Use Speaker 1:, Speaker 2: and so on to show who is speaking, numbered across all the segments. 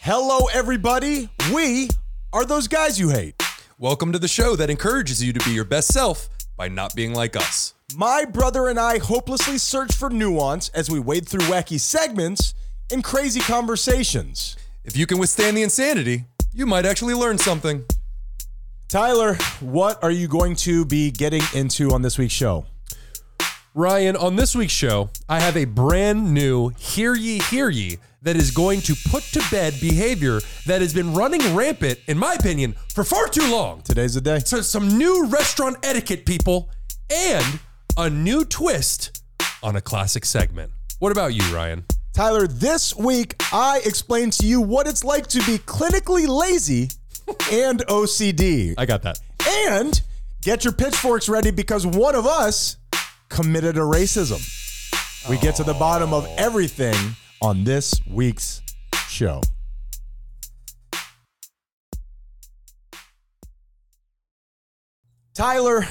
Speaker 1: Hello, everybody. We are those guys you hate.
Speaker 2: Welcome to the show that encourages you to be your best self by not being like us.
Speaker 1: My brother and I hopelessly search for nuance as we wade through wacky segments and crazy conversations.
Speaker 2: If you can withstand the insanity, you might actually learn something.
Speaker 1: Tyler, what are you going to be getting into on this week's show?
Speaker 3: Ryan, on this week's show, I have a brand new Hear Ye, Hear Ye that is going to put to bed behavior that has been running rampant, in my opinion, for far too long.
Speaker 1: Today's the day.
Speaker 3: So, some new restaurant etiquette, people, and a new twist on a classic segment. What about you, Ryan?
Speaker 1: Tyler, this week I explained to you what it's like to be clinically lazy and OCD.
Speaker 3: I got that.
Speaker 1: And get your pitchforks ready because one of us committed a racism. We get to the bottom of everything on this week's show. Tyler,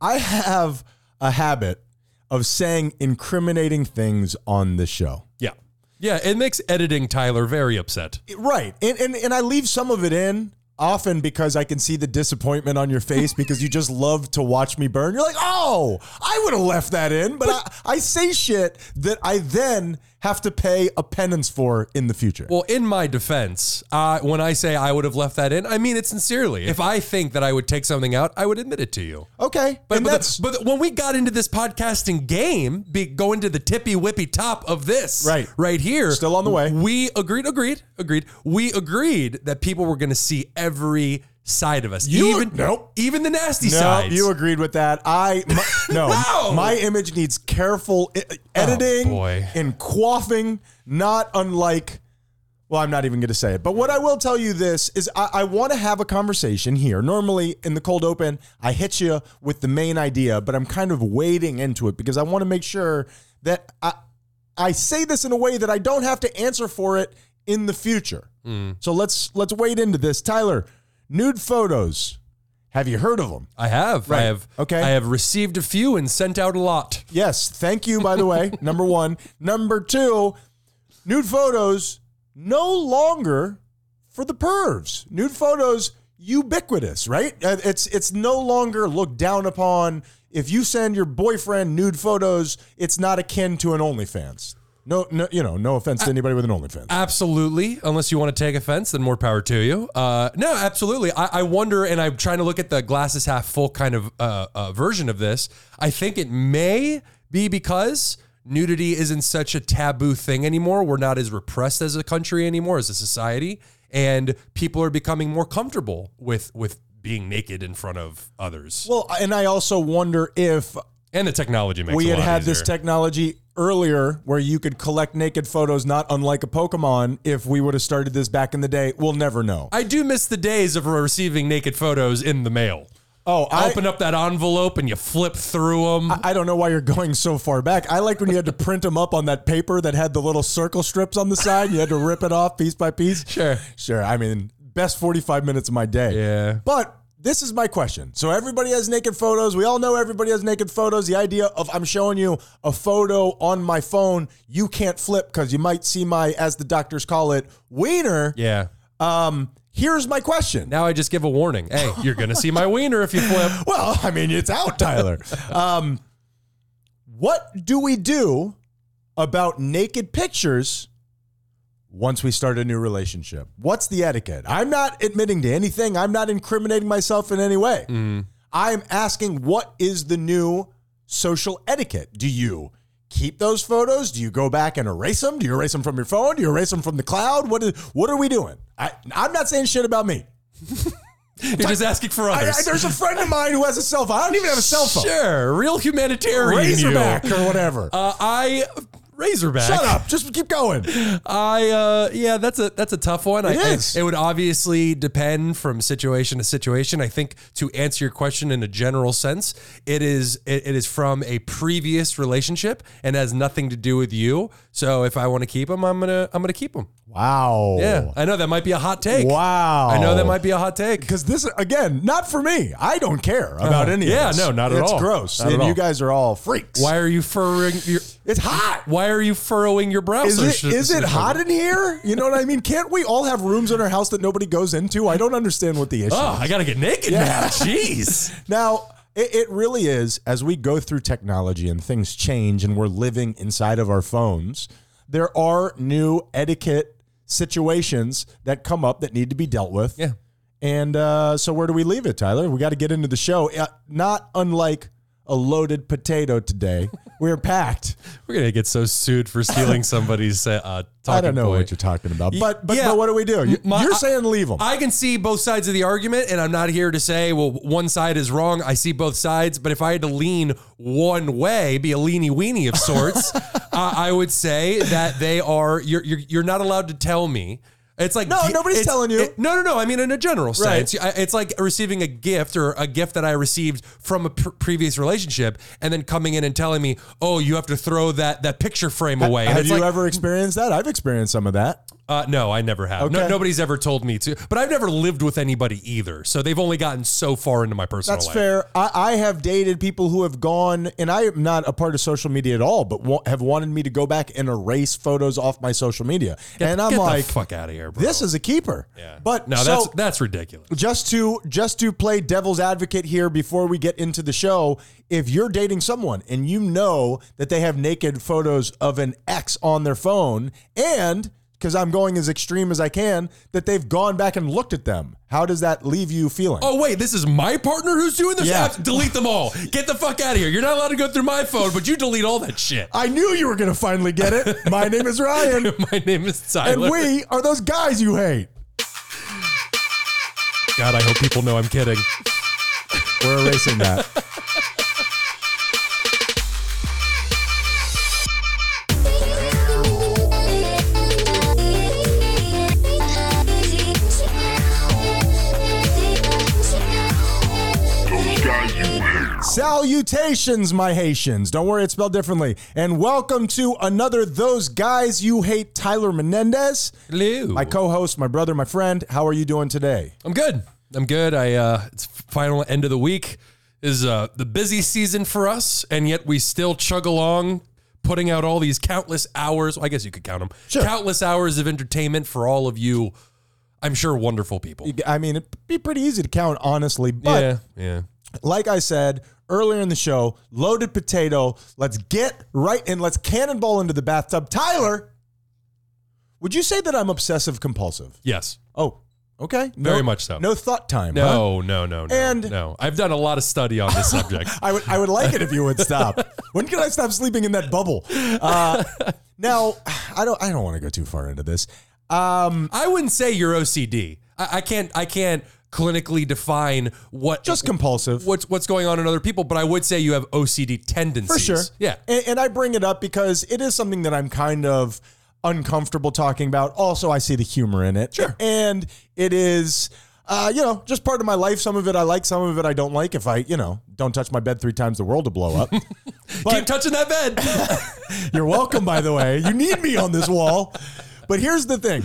Speaker 1: I have a habit of saying incriminating things on the show.
Speaker 3: Yeah. Yeah, it makes editing Tyler very upset.
Speaker 1: Right. And, and and I leave some of it in often because I can see the disappointment on your face because you just love to watch me burn. You're like, oh, I would have left that in, but I, I say shit that I then have to pay a penance for in the future.
Speaker 3: Well, in my defense, uh, when I say I would have left that in, I mean it sincerely. If I think that I would take something out, I would admit it to you.
Speaker 1: okay.
Speaker 3: But,
Speaker 1: and
Speaker 3: but,
Speaker 1: that's
Speaker 3: the, but the- when we got into this podcasting game, be, going to the tippy whippy top of this,
Speaker 1: Right.
Speaker 3: right here,
Speaker 1: Still on the way.
Speaker 3: We agreed, agreed, agreed. We agreed that people were going to see every side of us,
Speaker 1: You-
Speaker 3: even
Speaker 1: nope.
Speaker 3: even the nasty
Speaker 1: no,
Speaker 3: sides.
Speaker 1: you agreed with that. I my, no,
Speaker 3: No! Oh,
Speaker 1: my image needs careful e- editing
Speaker 3: boy.
Speaker 1: and quaffing, not unlike. Well, I'm not even going to say it. But what I will tell you this is, I, I want to have a conversation here. Normally in the cold open, I hit you with the main idea, but I'm kind of wading into it because I want to make sure that I I say this in a way that I don't have to answer for it in the future.
Speaker 3: Hmm.
Speaker 1: So let's let's wade into this, Tyler. Nude photos. Have you heard of them?
Speaker 3: I have, I have,
Speaker 1: Okay.
Speaker 3: I have received a few and sent out a lot.
Speaker 1: Yes, thank you, by the way. number one. Number two, nude photos no longer for the pervs. Nude photos ubiquitous, right? Uh, It's it's no longer looked down upon. If you send your boyfriend nude photos, it's not akin to an OnlyFans. No, no, you know, no offense to anybody with an OnlyFans.
Speaker 3: Absolutely. Unless you want to take offense, then more power to you. Uh, no, absolutely. I, I wonder, and I'm trying to look at the glasses half full kind of uh, uh, version of this. I think it may be because nudity isn't such a taboo thing anymore. We're not as repressed as a country anymore, as a society, and people are becoming more comfortable with with being naked in front of others.
Speaker 1: Well, and I also wonder if
Speaker 3: and the technology makes
Speaker 1: we
Speaker 3: it a
Speaker 1: had
Speaker 3: lot
Speaker 1: had this
Speaker 3: easier.
Speaker 1: technology earlier where you could collect naked photos not unlike a pokemon if we would have started this back in the day we'll never know
Speaker 3: I do miss the days of receiving naked photos in the mail.
Speaker 1: oh i
Speaker 3: open up that envelope and you flip through them.
Speaker 1: I don't know why you're going so far back. I liked when you had to print them up on that paper that had the little circle strips on the side. You had to rip it off piece by piece.
Speaker 3: Sure.
Speaker 1: Sure. I mean, best 45 minutes of my day.
Speaker 3: Yeah.
Speaker 1: But this is my question. So everybody has naked photos. We all know everybody has naked photos. The idea of I'm showing you a photo on my phone, you can't flip because you might see my, as the doctors call it, wiener.
Speaker 3: yeah.
Speaker 1: Um, here's my question.
Speaker 3: Now I just give a warning. Hey, you're gonna see my wiener if you flip.
Speaker 1: Well, I mean, it's out, Tyler. um, what do we do about naked pictures once we start a new relationship? What's the etiquette? I'm not admitting to anything, I'm not incriminating myself in any way. I'm asking what is the new social etiquette? Do you keep those photos? Do you go back and erase them? Do you erase them from your phone? Do you erase them from the cloud? What is what are we doing? I, I'm not saying shit about me.
Speaker 3: You're just asking for
Speaker 1: I,
Speaker 3: others.
Speaker 1: I, there's a friend of mine who has a cell phone. I don't even have a cell phone.
Speaker 3: Sure, real humanitarian.
Speaker 1: Razorback
Speaker 3: you.
Speaker 1: or whatever.
Speaker 3: Uh, I Razorback.
Speaker 1: Shut up. Just keep going.
Speaker 3: I uh, yeah, that's a that's a tough one. I,
Speaker 1: is.
Speaker 3: I, it would obviously depend from situation to situation. I think to answer your question in a general sense, it is it, it is from a previous relationship and has nothing to do with you. So if I want to keep them, I'm gonna I'm gonna keep them.
Speaker 1: Wow.
Speaker 3: Yeah, I know that might be a hot take.
Speaker 1: Wow.
Speaker 3: I know that might be a hot take.
Speaker 1: Because this, again, not for me. I don't care about any
Speaker 3: Uh, yeah,
Speaker 1: of this.
Speaker 3: no, not at
Speaker 1: it's
Speaker 3: all.
Speaker 1: gross.
Speaker 3: Not at
Speaker 1: and
Speaker 3: all.
Speaker 1: you guys are all freaks.
Speaker 3: Why are you furrowing your?
Speaker 1: It's hot.
Speaker 3: Why Why are you furrowing your brow?
Speaker 1: Is
Speaker 3: so
Speaker 1: it,
Speaker 3: sh-
Speaker 1: is
Speaker 3: so
Speaker 1: it hot in here? You know what I mean? Can't we all have rooms in our house that nobody goes into? I don't understand what the issue
Speaker 3: Oh, I gotta get naked now. Jeez.
Speaker 1: Now, it, it really is as we go through technology and things change and we're living inside of our phones, there are new etiquette situations that come up that need to be dealt with.
Speaker 3: Yeah.
Speaker 1: And uh, so, where do we leave it, Tyler? We got to get into the show. Uh, not unlike a loaded potato today, we're packed.
Speaker 3: We're gonna get so sued for stealing somebody's uh, uh, talking
Speaker 1: I don't know
Speaker 3: point.
Speaker 1: what you're talking about, but but,
Speaker 3: yeah.
Speaker 1: but what do we do? You-
Speaker 3: My-
Speaker 1: you're
Speaker 3: I-
Speaker 1: saying leave them.
Speaker 3: I can see both sides of the argument, and I'm not here to say, well, one side is wrong. I see both sides, but if I had to lean one way, be a leany weenie of sorts, uh, I would say that they are. You're, you're you're not allowed to tell me. It's like
Speaker 1: No,
Speaker 3: gi-
Speaker 1: nobody's
Speaker 3: it's-
Speaker 1: telling you.
Speaker 3: it- no, no, no. I mean, in a general
Speaker 1: Right.
Speaker 3: sense, I- it's like receiving a gift or a gift that I received from a pr- previous relationship, and then coming in and telling me, "Oh, you have to throw that that picture frame away." And
Speaker 1: Have
Speaker 3: it's
Speaker 1: you
Speaker 3: like,
Speaker 1: ever experienced that? I've experienced some of that.
Speaker 3: uh, no, I never have. No,
Speaker 1: Okay.
Speaker 3: nobody's ever told me to, but I've never lived with anybody either. So they've only gotten so far into my personal
Speaker 1: That's
Speaker 3: life.
Speaker 1: fair. I, I have dated people who have gone, and I am not a part of social media at all, but wa- have wanted me to go back and erase photos off my social media. and I'm
Speaker 3: Get
Speaker 1: like,
Speaker 3: the fuck out of here, bro.
Speaker 1: this is a keeper.
Speaker 3: Yeah.
Speaker 1: But
Speaker 3: no,
Speaker 1: so
Speaker 3: that's that's ridiculous.
Speaker 1: just to just to play devil's advocate here before we get into the show, if you're dating someone and you know that they have naked photos of an ex on their phone, and because I'm going as extreme as I can, that they've gone back and looked at them, how does that leave you feeling?
Speaker 3: Oh wait, this is my partner who's doing this.
Speaker 1: Yeah.
Speaker 3: Abs- Delete them all. Get the fuck out of here. You're not allowed to go through my phone, but you delete all that shit.
Speaker 1: I knew you were going to finally get it. My name is Ryan,
Speaker 3: my name is
Speaker 1: and
Speaker 3: Tyler.
Speaker 1: we are those guys you hate.
Speaker 3: God, I hope people know I'm kidding.
Speaker 1: We're erasing that.
Speaker 4: Those guys you hate.
Speaker 1: Salutations, my Haitians. Don't worry, it's spelled differently. And welcome to another Those Guys You Hate, Tyler Menendez.
Speaker 3: Hello.
Speaker 1: My co host, my brother, my friend. How are you doing today?
Speaker 3: I'm good. I'm good. I uh it's final end of the week is uh the busy season for us and yet we still chug along putting out all these countless hours, I guess you could count them.
Speaker 1: Sure.
Speaker 3: Countless hours of entertainment for all of you I'm sure wonderful people.
Speaker 1: I mean, it'd be pretty easy to count, honestly. But
Speaker 3: yeah.
Speaker 1: like I said earlier in the show, loaded potato. Let's get right and let's cannonball into the bathtub. Tyler, would you say that I'm obsessive compulsive?
Speaker 3: Yes.
Speaker 1: Oh, okay. No-
Speaker 3: Very much so.
Speaker 1: No thought time. huh?
Speaker 3: No, no, no, no.
Speaker 1: And-
Speaker 3: no. I've done a lot of study on this subject.
Speaker 1: I would I would like it if you would stop. when can I stop sleeping in that bubble? Uh, now, I don't I don't want to go too far into this. Um,
Speaker 3: I wouldn't say you're OCD. I, I can't I can't clinically define what
Speaker 1: just compulsive.
Speaker 3: what's what's going on in other people, but I would say you have OCD tendencies.
Speaker 1: For sure.
Speaker 3: Yeah.
Speaker 1: And, and I bring it up because it is something that I'm kind of uncomfortable talking about. Also, I see the humor in it. Sure. And it is. Uh, you know, just part of my life. Some of it I like, some of it I don't like. If I, you know, don't touch my bed three times, the world will blow up.
Speaker 3: Keep touching that bed.
Speaker 1: You're welcome, by the way. You need me on this wall. But here's the thing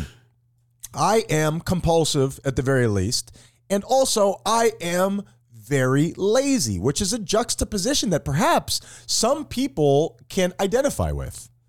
Speaker 1: I am compulsive at the very least. And also, I am very lazy, which is a juxtaposition that perhaps some people can identify with.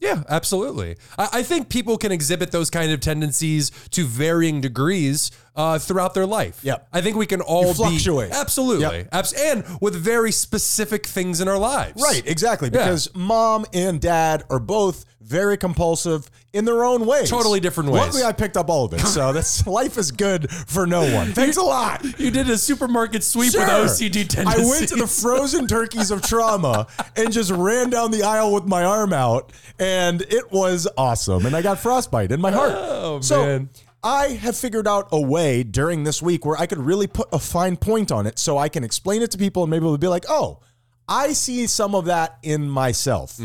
Speaker 3: Yeah, absolutely. I, I think people can exhibit those kind of tendencies to varying degrees uh, throughout their life.
Speaker 1: Yep.
Speaker 3: I think we can all
Speaker 1: You fluctuate.
Speaker 3: Be, absolutely.
Speaker 1: Yep.
Speaker 3: Abs- and with very specific things in our lives.
Speaker 1: Right, exactly.
Speaker 3: Yeah.
Speaker 1: Because mom and dad are both very compulsive in their own ways.
Speaker 3: Totally different ways.
Speaker 1: Luckily, I picked up all of it. So that's life is good for no one. Thanks a lot.
Speaker 3: You did a supermarket sweep with
Speaker 1: Sure.
Speaker 3: OCD
Speaker 1: I
Speaker 3: tendencies.
Speaker 1: went to the frozen turkeys of trauma and just ran down the aisle with my arm out, and it was awesome. And I got frostbite in my heart.
Speaker 3: Oh,
Speaker 1: so
Speaker 3: man.
Speaker 1: I have figured out a way during this week where I could really put a fine point on it, so I can explain it to people, and maybe they'll be like, "Oh, I see some of that in myself."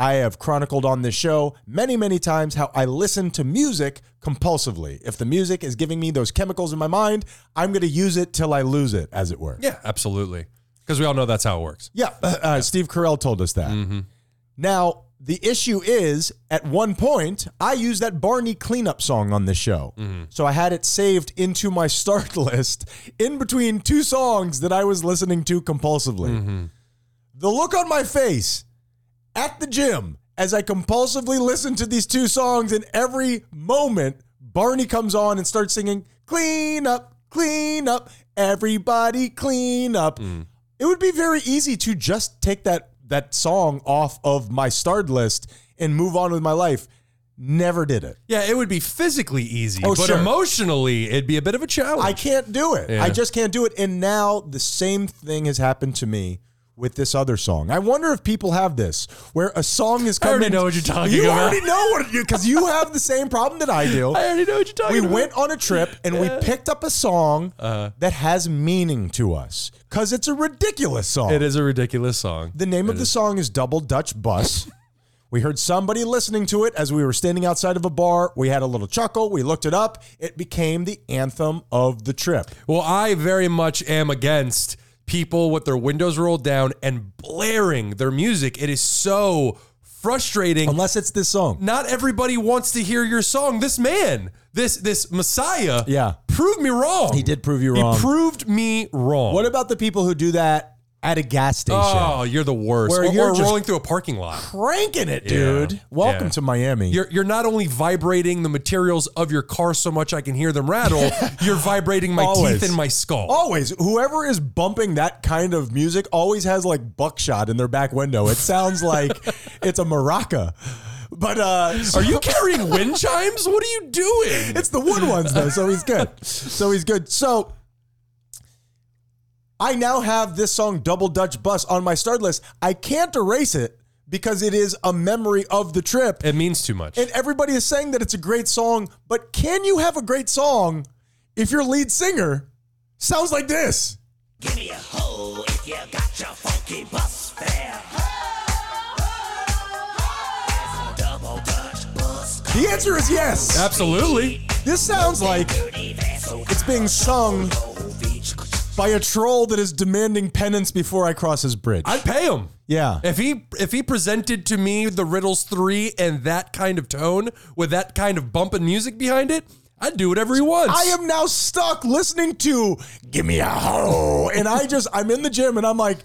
Speaker 1: I have chronicled on this show many, many times how I listen to music compulsively. If the music is giving me those chemicals in my mind, I'm going to use it till I lose it, as it were.
Speaker 3: yeah, absolutely. Because we all know that's how it works.
Speaker 1: Yeah, uh, uh, Steve Carell told us that. Now, the issue is at one point, I used that Barney cleanup song on this show. So I had it saved into my start list in between two songs that I was listening to compulsively. The look on my face at the gym as I compulsively listen to these two songs, and every moment Barney comes on and starts singing, Clean up, clean up, everybody clean up. It would be very easy to just take that, that song off of my starred list and move on with my life. Never did it.
Speaker 3: Yeah, it would be physically easy,
Speaker 1: Oh,
Speaker 3: but
Speaker 1: sure.
Speaker 3: emotionally, it'd be a bit of a
Speaker 1: I
Speaker 3: challenge.
Speaker 1: can't do it.
Speaker 3: Yeah.
Speaker 1: I just can't do it. And now the same thing has happened to me with this other song. I wonder if people have this where a song is
Speaker 3: I
Speaker 1: coming.
Speaker 3: already know what you're talking
Speaker 1: You
Speaker 3: about.
Speaker 1: already know what you because you have the same problem that I do.
Speaker 3: I, already know Uh-huh. what you're talking
Speaker 1: we
Speaker 3: about.
Speaker 1: went on a trip and we picked up a song that has meaning to us because it's a ridiculous song.
Speaker 3: It is a ridiculous song.
Speaker 1: The name of the song is Double Dutch Bus. we heard somebody listening to it as we were standing outside of a bar. We had a little chuckle. We looked it up. It became the anthem of the trip.
Speaker 3: Well, I very much am against people with their windows rolled down and blaring their music. It is so frustrating.
Speaker 1: Unless it's this song.
Speaker 3: Not everybody wants to hear your song. This man, this this Messiah,
Speaker 1: Yeah.
Speaker 3: proved me wrong.
Speaker 1: He did prove you wrong.
Speaker 3: He proved me wrong.
Speaker 1: what about the people who do that at a gas station?
Speaker 3: Oh, you're the worst.
Speaker 1: Where
Speaker 3: Or-
Speaker 1: you're
Speaker 3: or
Speaker 1: just-
Speaker 3: rolling through a parking lot.
Speaker 1: Cranking it, dude. Welcome
Speaker 3: Yeah.
Speaker 1: to Miami.
Speaker 3: You're, you're not only vibrating the materials of your car so much I can hear them rattle, you're vibrating my
Speaker 1: Always.
Speaker 3: teeth and my skull.
Speaker 1: always, whoever is bumping that kind of music always has like buckshot in their back window. It sounds like it's a maraca. But uh,
Speaker 3: Are you carrying wind chimes? What are you doing?
Speaker 1: it's the wood ones though, so he's good. So he's good. So I now have this song Double Dutch Bus on my start list. I can't erase it because it is a memory of the trip.
Speaker 3: It means too much.
Speaker 1: And everybody is saying that it's a great song, but can you have a great song if your lead singer sounds like this?
Speaker 4: Give me a hoe if you got your funky bus fare. There's a double Dutch bus
Speaker 1: The answer is yes.
Speaker 3: Absolutely.
Speaker 1: This sounds like
Speaker 4: company vessel.
Speaker 1: it's being sung by a troll that is demanding penance before I cross his bridge.
Speaker 3: I'd pay him.
Speaker 1: yeah.
Speaker 3: If he if he presented to me the Riddles 3 and that kind of tone with that kind of bump and music behind it, I'd do whatever he wants.
Speaker 1: I am now stuck listening to Give Me a Hoe. And I just, I'm in the gym and I'm like,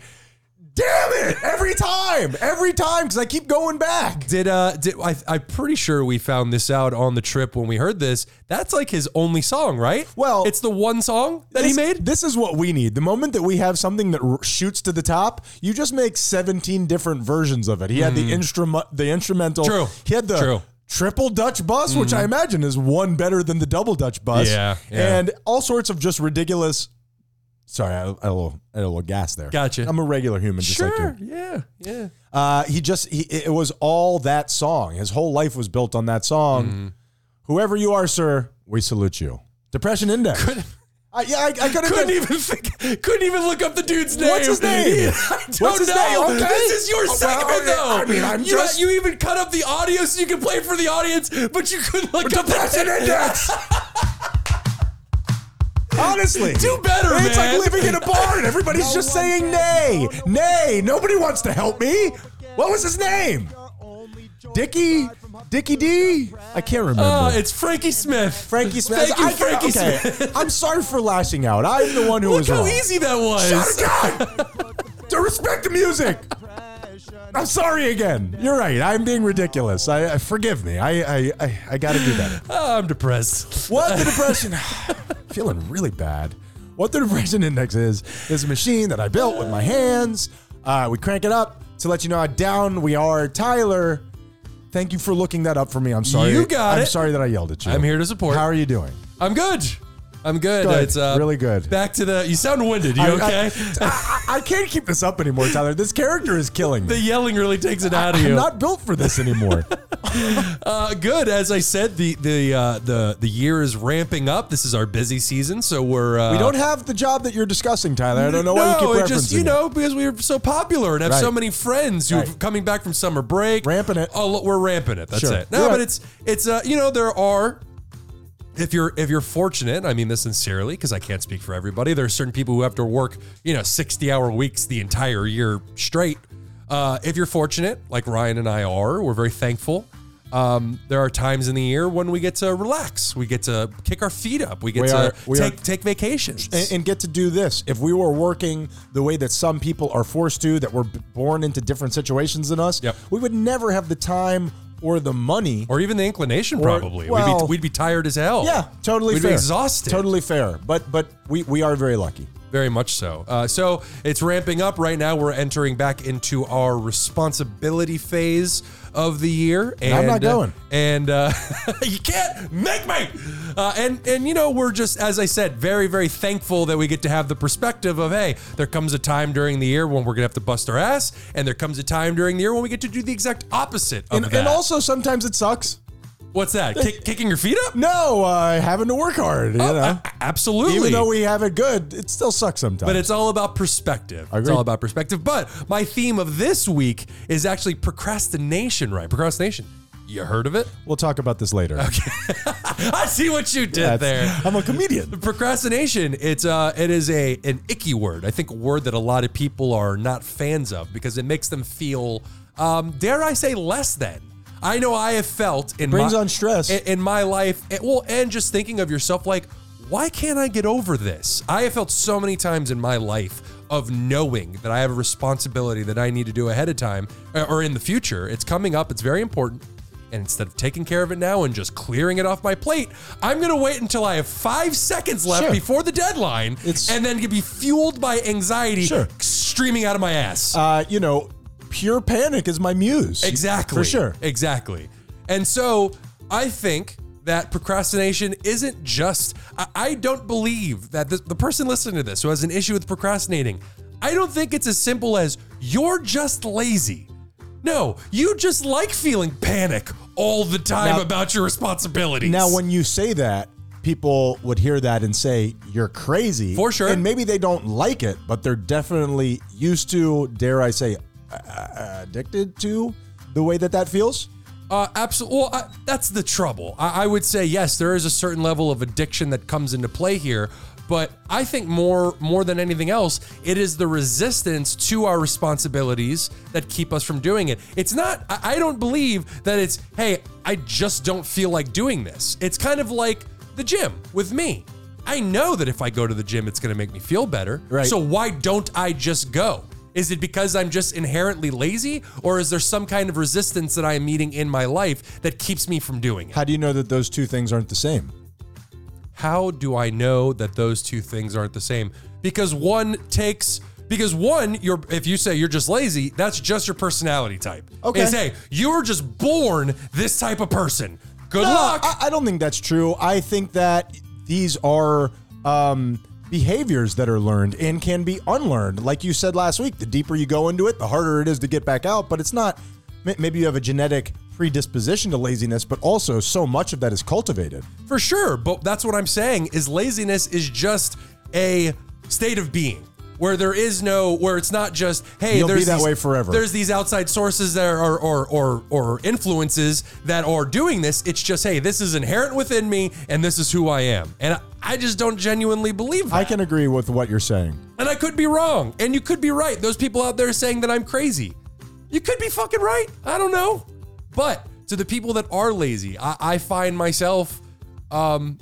Speaker 1: damn it. Every time, every time, because I keep going back.
Speaker 3: did uh did I I'm pretty sure we found this out on the trip when we heard this. That's like his only song, right?
Speaker 1: Well-
Speaker 3: it's the one song that he
Speaker 1: This-
Speaker 3: made.
Speaker 1: This is what we need. The moment that we have something that r- shoots to the top, you just make 17 different versions of it. He had the instrument, the instrumental.
Speaker 3: Mm. True.
Speaker 1: He had the
Speaker 3: True. Mm.
Speaker 1: triple Dutch bus, which I imagine is one better than the double Dutch bus.
Speaker 3: Yeah, yeah.
Speaker 1: And all sorts of just ridiculous. Sorry, I, I had a little, I had a little gas there.
Speaker 3: Gotcha.
Speaker 1: I'm a regular human, just like you.
Speaker 3: sure. yeah. Yeah.
Speaker 1: Uh, he just he, it was all that song. His whole life was built on that song. Whoever you are, sir, we salute you. Depression Index. I, yeah, I, I couldn't,
Speaker 3: Couldn't even think, couldn't even look up the dude's name.
Speaker 1: What's his name?
Speaker 3: I don't
Speaker 1: What's his
Speaker 3: know.
Speaker 1: name? Okay.
Speaker 3: This is your
Speaker 1: Well,
Speaker 3: segment,
Speaker 1: okay.
Speaker 3: though.
Speaker 1: I mean, I'm
Speaker 3: you,
Speaker 1: just-
Speaker 3: you even cut up the audio so you can play for the audience, but you couldn't look up
Speaker 1: Depression
Speaker 3: the
Speaker 1: Index. Honestly,
Speaker 3: Do better,
Speaker 1: It's
Speaker 3: man.
Speaker 1: like living in a barn. Everybody's just saying nay, nay. Nobody wants to help me. What was his name? Dickie, Dickie D. I can't remember.
Speaker 3: Uh, it's Frankie Smith.
Speaker 1: Frankie Smith.
Speaker 3: Thank you,
Speaker 1: I-
Speaker 3: Frankie
Speaker 1: okay.
Speaker 3: Smith.
Speaker 1: I'm sorry for lashing out. I'm the one who
Speaker 3: Look
Speaker 1: was
Speaker 3: how
Speaker 1: wrong.
Speaker 3: easy that was.
Speaker 1: to respect the music. I'm sorry again. You're right. I'm being ridiculous. I, I forgive me. I I, I, I got to do better.
Speaker 3: Oh, I'm depressed.
Speaker 1: What the depression? Feeling really bad. What the depression index is is a machine that I built with my hands. Uh, we crank it up to let you know how down we are. Tyler, thank you for looking that up for me. I'm sorry.
Speaker 3: You got
Speaker 1: I'm
Speaker 3: it.
Speaker 1: sorry that I yelled at you.
Speaker 3: I'm here to support.
Speaker 1: How are you doing?
Speaker 3: I'm good. I'm good.
Speaker 1: Good.
Speaker 3: It's uh,
Speaker 1: Really good.
Speaker 3: Back to the. You sound winded. You okay?
Speaker 1: I, I- I can't keep this up anymore, Tyler. This character is killing
Speaker 3: the
Speaker 1: me.
Speaker 3: yelling really takes it out of
Speaker 1: I'm
Speaker 3: you.
Speaker 1: not built for this anymore.
Speaker 3: Uh, good. As I said, the the uh, the the year is ramping up. This is our busy season, so we're uh,
Speaker 1: we don't have the job that you're discussing, Tyler. I don't know why you keep
Speaker 3: it
Speaker 1: referencing
Speaker 3: just you
Speaker 1: it.
Speaker 3: know because we were so popular and have
Speaker 1: Right.
Speaker 3: so many friends who are
Speaker 1: Right.
Speaker 3: coming back from summer break.
Speaker 1: Ramping it.
Speaker 3: Oh, look, we're ramping it. That's
Speaker 1: Sure.
Speaker 3: it. No,
Speaker 1: You're
Speaker 3: but
Speaker 1: right.
Speaker 3: it's it's uh, you know there are. If you're if you're fortunate, I mean this sincerely because I can't speak for everybody. There are certain people who have to work you know sixty hour weeks the entire year straight. Uh, if you're fortunate, like Ryan and I are, we're very thankful. Um, there are times in the year when we get to relax, we get to kick our feet up, we get
Speaker 1: We
Speaker 3: to
Speaker 1: are- we
Speaker 3: take
Speaker 1: are-
Speaker 3: take vacations.
Speaker 1: and, and get to do this. If we were working the way that some people are forced to, that were b- born into different situations than us,
Speaker 3: Yep.
Speaker 1: we would never have the time or the money.
Speaker 3: or even the inclination, probably. we'd, be,
Speaker 1: well-
Speaker 3: we'd be tired as hell.
Speaker 1: yeah, totally
Speaker 3: We'd
Speaker 1: fair.
Speaker 3: be exhausted.
Speaker 1: Totally fair. But but we, we are very lucky.
Speaker 3: Very much so. Uh, so it's ramping up right now. We're entering back into our responsibility phase of the year. And
Speaker 1: I'm not going.
Speaker 3: uh, and uh, you can't make me. Uh, and and you know we're just as I said, very very thankful that we get to have the perspective of hey, there comes a time during the year when we're gonna have to bust our ass, and there comes a time during the year when we get to do the exact opposite of
Speaker 1: And,
Speaker 3: that.
Speaker 1: and also sometimes it sucks.
Speaker 3: What's that? Kick, kicking your feet up?
Speaker 1: No, uh, having to work hard. You know,
Speaker 3: A- Oh, Absolutely.
Speaker 1: even though we have it good, it still sucks sometimes.
Speaker 3: But it's all about perspective. It's
Speaker 1: Agreed.
Speaker 3: all about perspective. But my theme of this week is actually procrastination, right? Procrastination. You heard of it?
Speaker 1: we'll talk about this later.
Speaker 3: I see what you
Speaker 1: That's-
Speaker 3: did there.
Speaker 1: I'm a comedian.
Speaker 3: Procrastination. It's uh, it is a an icky word. I think a word that a lot of people are not fans of because it makes them feel, um, dare I say, less than. I know I have felt in
Speaker 1: Brings
Speaker 3: my,
Speaker 1: on stress.
Speaker 3: in, in my life. and- well, and just thinking of yourself, like, why can't I get over this? I have felt so many times in my life of knowing that I have a responsibility that I need to do ahead of time uh, or in the future. It's coming up. It's very important. And instead of taking care of it now and just clearing it off my plate, I'm going to wait until I have five seconds left
Speaker 1: Sure.
Speaker 3: before the deadline
Speaker 1: It's-
Speaker 3: and then get be fueled by anxiety
Speaker 1: Sure.
Speaker 3: streaming out of my ass.
Speaker 1: Uh, you know, pure panic is my muse.
Speaker 3: Exactly.
Speaker 1: For sure.
Speaker 3: Exactly. And so I think that procrastination isn't just, I, I don't believe that the, the person listening to this who has an issue with procrastinating, I don't think it's as simple as you're just lazy. No, you just like feeling panic all the time
Speaker 1: Now-
Speaker 3: about your responsibilities.
Speaker 1: Now, when you say that, people would hear that and say, you're crazy.
Speaker 3: For sure.
Speaker 1: And maybe they don't like it, but they're definitely used to, dare I say, uh, addicted to the way that that feels.
Speaker 3: Uh, absolutely. Well, I, that's the trouble. I, I would say yes, there is a certain level of addiction that comes into play here, but I think more more than anything else, it is the resistance to our responsibilities that keep us from doing it. It's not. I, I don't believe that it's. Hey, I just don't feel like doing this. It's kind of like the gym with me. I know that if I go to the gym, it's going to make me feel better.
Speaker 1: Right.
Speaker 3: So why don't I just go? Is it because I'm just inherently lazy, or is there some kind of resistance that I am meeting in my life that keeps me from doing it?
Speaker 1: How do you know that those two things aren't the same?
Speaker 3: How do I know that those two things aren't the same? Because one takes because one, you're if you say you're just lazy, that's just your personality type.
Speaker 1: Okay.
Speaker 3: It's, hey, you were just born this type of person. Good
Speaker 1: No,
Speaker 3: luck.
Speaker 1: Uh, I, I don't think that's true. I think that these are um, behaviors that are learned and can be unlearned. Like you said last week, the deeper you go into it, the harder it is to get back out. But it's not. may- Maybe you have a genetic predisposition to laziness, but also so much of that is cultivated.
Speaker 3: For sure, but that's what I'm saying is laziness is just a state of being where there is no where it's not just hey
Speaker 1: You'll be
Speaker 3: there's
Speaker 1: that
Speaker 3: these-
Speaker 1: way forever.
Speaker 3: There's these outside sources that are or or or influences that are doing this. It's just hey this is inherent within me and this is who I am. And I, I just don't genuinely believe that.
Speaker 1: I can agree with what you're saying.
Speaker 3: and I could be wrong. And you could be right. Those people out there saying that I'm crazy. You could be fucking right. I don't know. But to the people that are lazy, I, I find myself um,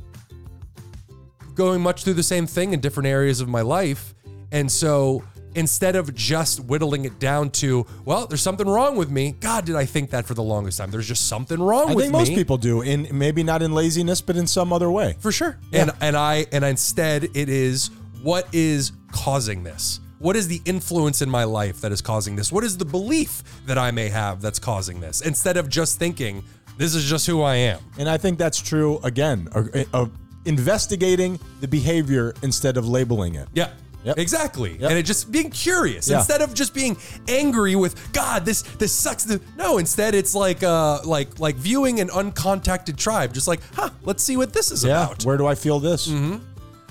Speaker 3: going much through the same thing in different areas of my life. And so instead of just whittling it down to, well, there's something wrong with me. God, did I think that for the longest time? There's just something wrong
Speaker 1: I
Speaker 3: with
Speaker 1: think
Speaker 3: me.
Speaker 1: most people do, and maybe not in laziness, but in some other way.
Speaker 3: For sure. And and I and instead it is what is causing this? What is the influence in my life that is causing this? What is the belief that I may have that's causing this? Instead of just thinking this is just who I am.
Speaker 1: And I think that's true again of- of investigating the behavior instead of labeling it.
Speaker 3: Yeah.
Speaker 1: Yep.
Speaker 3: Exactly. And it just being curious
Speaker 1: Yeah.
Speaker 3: instead of just being angry with God, this this sucks. The-" No, instead it's like uh like like viewing an uncontacted tribe, just like, huh, let's see what this is
Speaker 1: Yeah.
Speaker 3: about.
Speaker 1: Where do I feel this?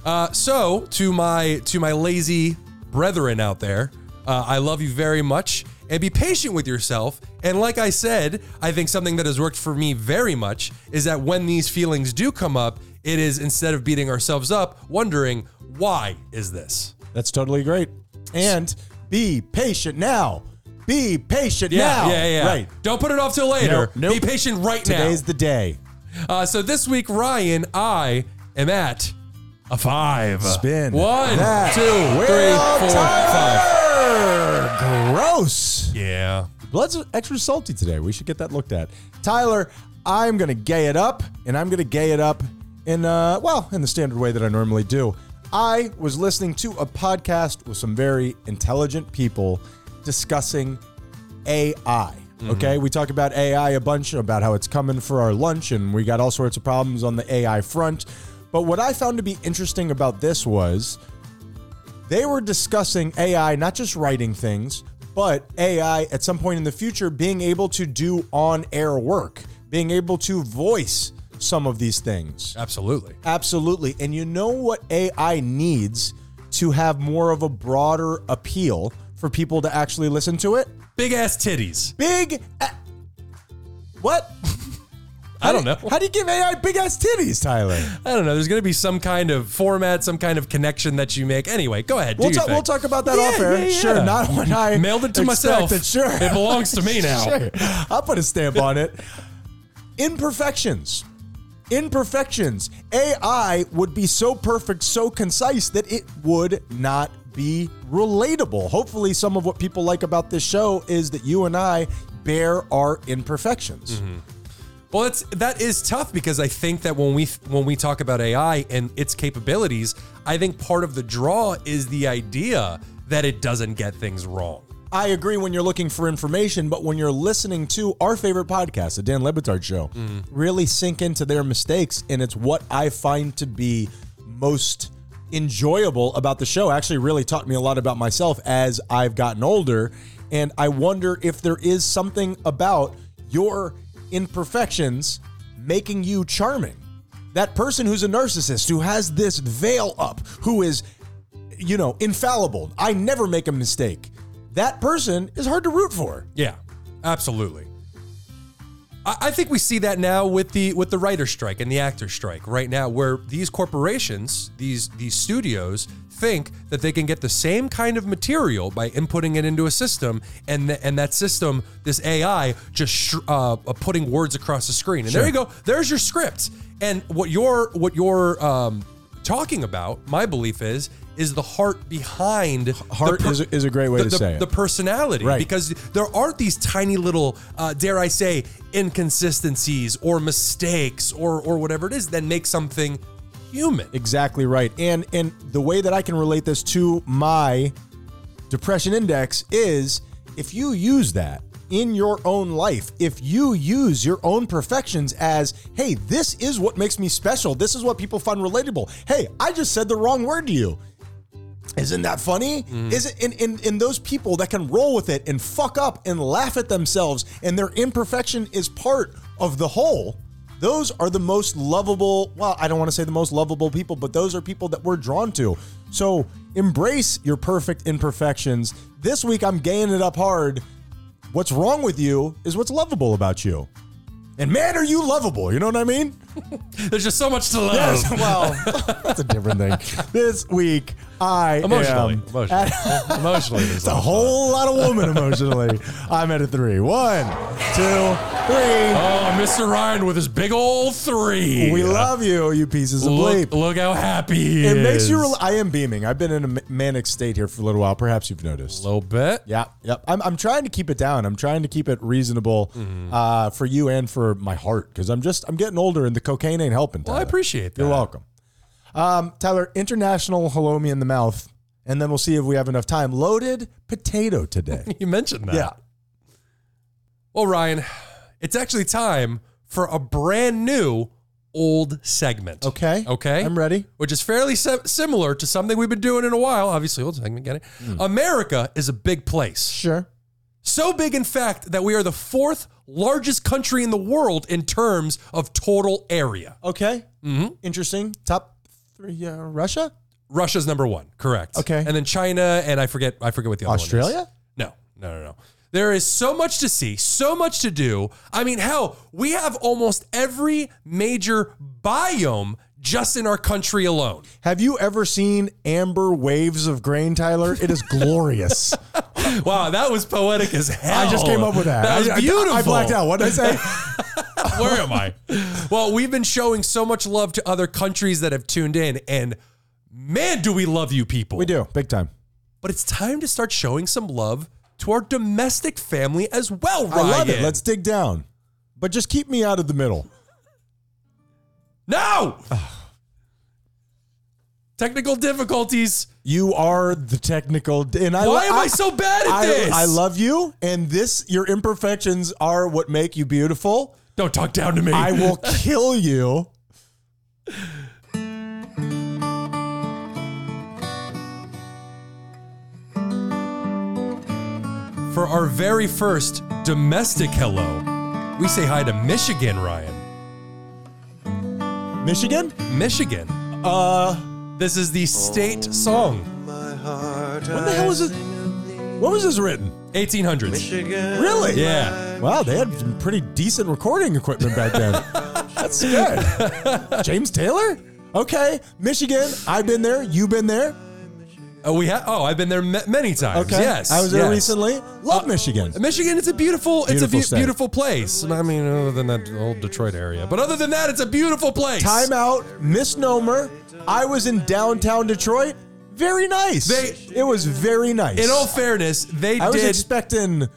Speaker 3: Uh, so to my to my lazy brethren out there, uh, I love you very much, and be patient with yourself. And like I said, I think something that has worked for me very much is that when these feelings do come up, it is instead of beating ourselves up, wondering why is this.
Speaker 1: That's totally great. And be patient now. Be patient
Speaker 3: Yeah,
Speaker 1: now.
Speaker 3: yeah, yeah.
Speaker 1: Right.
Speaker 3: Don't put it off till later.
Speaker 1: Nope, nope.
Speaker 3: Be patient right
Speaker 1: Today's the day.
Speaker 3: now. Uh, so this week, Ryan, I am at a five.
Speaker 1: Spin.
Speaker 3: One,
Speaker 1: that
Speaker 3: two, three,
Speaker 1: wheel,
Speaker 3: four, five.
Speaker 1: Tyler! Gross.
Speaker 3: Yeah.
Speaker 1: Blood's extra salty today. We should get that looked at. Tyler, I'm gonna gay it up, and I'm gonna gay it up in uh, well, in the standard way that I normally do. I was listening to a podcast with some very intelligent people discussing AI. Okay, we talk about AI a bunch about how it's coming for our lunch, and we got all sorts of problems on the AI front. But what I found to be interesting about this was they were discussing AI not just writing things, but AI at some point in the future being able to do on air work, being able to voice some of these things.
Speaker 3: Absolutely.
Speaker 1: Absolutely. And you know what AI needs to have more of a broader appeal for people to actually listen to it?
Speaker 3: Big ass titties.
Speaker 1: Big. A- what?
Speaker 3: I don't know.
Speaker 1: How do you give AI big ass titties, Tyler?
Speaker 3: I don't know. There's going to be some kind of format, some kind of connection that you make. Anyway, go ahead.
Speaker 1: We'll,
Speaker 3: do your
Speaker 1: talk.
Speaker 3: thing.
Speaker 1: we'll talk about that
Speaker 3: Yeah,
Speaker 1: off air.
Speaker 3: yeah, yeah.
Speaker 1: Sure, not when I
Speaker 3: Mailed it to
Speaker 1: expect
Speaker 3: myself.
Speaker 1: It. Sure,
Speaker 3: It belongs to me now.
Speaker 1: Sure. I'll put a stamp on it. Imperfections, imperfections. AI would be so perfect, so concise that it would not be relatable. Hopefully, some of what people like about this show is that you and I bear our imperfections.
Speaker 3: Well, that's that is tough because I think that when we when we talk about AI and its capabilities, I think part of the draw is the idea that it doesn't get things wrong.
Speaker 1: I agree when you're looking for information, but when you're listening to our favorite podcast, the Dan Lebitard Show, really sink into their mistakes. And it's what I find to be most enjoyable about the show. Actually, really taught me a lot about myself as I've gotten older. And I wonder if there is something about your imperfections making you charming. That person who's a narcissist, who has this veil up, who is you know, infallible. I never make a mistake. That person is hard to root for.
Speaker 3: Yeah, absolutely. I, I think we see that now with the with the writer strike and the actor strike right now, where these corporations, these these studios, think that they can get the same kind of material by inputting it into a system, and th- and that system, this AI, just sh- uh, uh, putting words across the screen, and there you go. There's your script, and what your what your um, talking about, my belief is, is the heart behind the
Speaker 1: Heart
Speaker 3: per-
Speaker 1: is, a, is a great way
Speaker 3: the,
Speaker 1: to
Speaker 3: the-
Speaker 1: say it.
Speaker 3: the personality
Speaker 1: Right.
Speaker 3: because there aren't these tiny little uh, dare i say inconsistencies or mistakes or or whatever it is that make something human
Speaker 1: exactly right. And and the way that I can relate this to my depression index is if you use that in your own life, if you use your own perfections as, hey, this is what makes me special. This is what people find relatable. Hey, I just said the wrong word to you. Isn't that funny? Isn't in, in in those people that can roll with it and fuck up and laugh at themselves and their imperfection is part of the whole. Those are the most lovable. Well, I don't want to say the most lovable people, but those are people that we're drawn to. So embrace your perfect imperfections. This week I'm gaying it up hard. What's wrong with you is what's lovable about you. And man, are you lovable? You know what I mean?
Speaker 3: there's just so much to love
Speaker 1: Yes, well, that's a different thing. This week, I
Speaker 3: emotionally
Speaker 1: am
Speaker 3: emotionally emotionally there's
Speaker 1: it's a whole lot of woman emotionally. I'm at a three. One, two, three.
Speaker 3: oh mr ryan with his big old three
Speaker 1: We love you, you pieces of
Speaker 3: look,
Speaker 1: bleep.
Speaker 3: look how happy he
Speaker 1: It makes you.
Speaker 3: is.
Speaker 1: Rel- I am beaming. I've been in a ma- manic state here for a little while. Perhaps you've noticed.
Speaker 3: little bit
Speaker 1: Yeah, yep. I'm, I'm trying to keep it down. I'm trying to keep it reasonable
Speaker 3: Mm-hmm.
Speaker 1: uh, for you and for my heart because I'm just I'm getting older and the cocaine ain't helping.
Speaker 3: well i
Speaker 1: Tyler.
Speaker 3: appreciate that
Speaker 1: You're welcome. Um, Tyler, international hello me in the mouth, and then we'll see if we have enough time. Loaded potato today.
Speaker 3: you mentioned that
Speaker 1: yeah.
Speaker 3: Well, Ryan, it's actually time for a brand new old segment.
Speaker 1: Okay.
Speaker 3: Okay.
Speaker 1: I'm ready.
Speaker 3: Which is fairly si- similar to something we've been doing in a while. Obviously, old segment, get it?
Speaker 1: Hmm.
Speaker 3: America is a big place.
Speaker 1: Sure.
Speaker 3: So big, in fact, that we are the fourth largest country in the world in terms of total area.
Speaker 1: Okay. Mm-hmm. Interesting. Top three. Uh, Russia.
Speaker 3: Russia's number one, correct?
Speaker 1: Okay.
Speaker 3: and then China, and I forget, I forget what the other one is.
Speaker 1: Australia?
Speaker 3: No, no, no, no. There is so much to see, so much to do. I mean, hell, we have almost every major biome just in our country alone.
Speaker 1: Have you ever seen amber waves of grain, Tyler? It is glorious.
Speaker 3: Wow, that was poetic as hell.
Speaker 1: I just came up with that.
Speaker 3: That was
Speaker 1: I- I-
Speaker 3: beautiful.
Speaker 1: I, blacked out. What did I say?
Speaker 3: Where am I? well, we've been showing so much love to other countries that have tuned in, and man, do we love you people.
Speaker 1: we do, big time.
Speaker 3: But it's time to start showing some love to our domestic family as well, Ryan.
Speaker 1: I love it. Let's dig down. But just keep me out of the middle.
Speaker 3: No! Technical difficulties.
Speaker 1: You are the technical, and I.
Speaker 3: Why am I so bad at
Speaker 1: I-
Speaker 3: this?
Speaker 1: I love you, and this your imperfections are what make you beautiful.
Speaker 3: Don't talk down to me.
Speaker 1: I will kill you.
Speaker 3: For our very first domestic hello, we say hi to Michigan, Ryan.
Speaker 1: Michigan?
Speaker 3: Michigan.
Speaker 1: Uh,
Speaker 3: This is the state song.
Speaker 1: when the hell was it? When was this written?
Speaker 3: 1800s.
Speaker 1: Really?
Speaker 3: Yeah.
Speaker 1: Wow, they had some pretty decent recording equipment back then. That's good. James Taylor? Okay, Michigan. I've been there. You've been there.
Speaker 3: Oh, we ha- Oh, I've been there ma- many times.
Speaker 1: Okay.
Speaker 3: Yes.
Speaker 1: I was there
Speaker 3: yes. Uh,
Speaker 1: recently. Love Michigan.
Speaker 3: Michigan, it's a beautiful, it's a
Speaker 1: Beautiful
Speaker 3: beau-
Speaker 1: state.
Speaker 3: beautiful place. I mean, other than that old Detroit area, but other than that, it's a beautiful place.
Speaker 1: Time out, misnomer. I was in downtown Detroit. Very nice.
Speaker 3: They-
Speaker 1: it was very nice.
Speaker 3: In all fairness, they
Speaker 1: I was
Speaker 3: did.
Speaker 1: expecting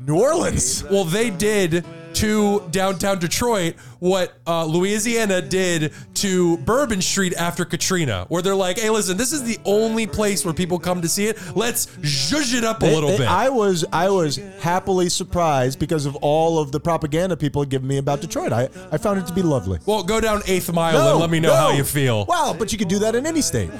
Speaker 1: New Orleans.
Speaker 3: well, they did to downtown Detroit what uh, Louisiana did to Bourbon Street after Katrina, where they're like, "Hey, listen, this is the only place where people come to see it. Let's zhuzh it up a
Speaker 1: They-
Speaker 3: little
Speaker 1: they-
Speaker 3: bit."
Speaker 1: I was I was happily surprised because of all of the propaganda people had given me about Detroit. I, I found it to be lovely.
Speaker 3: well, go down Eighth Mile and let me know
Speaker 1: no.
Speaker 3: how you feel.
Speaker 1: Wow, but you could do that in any state.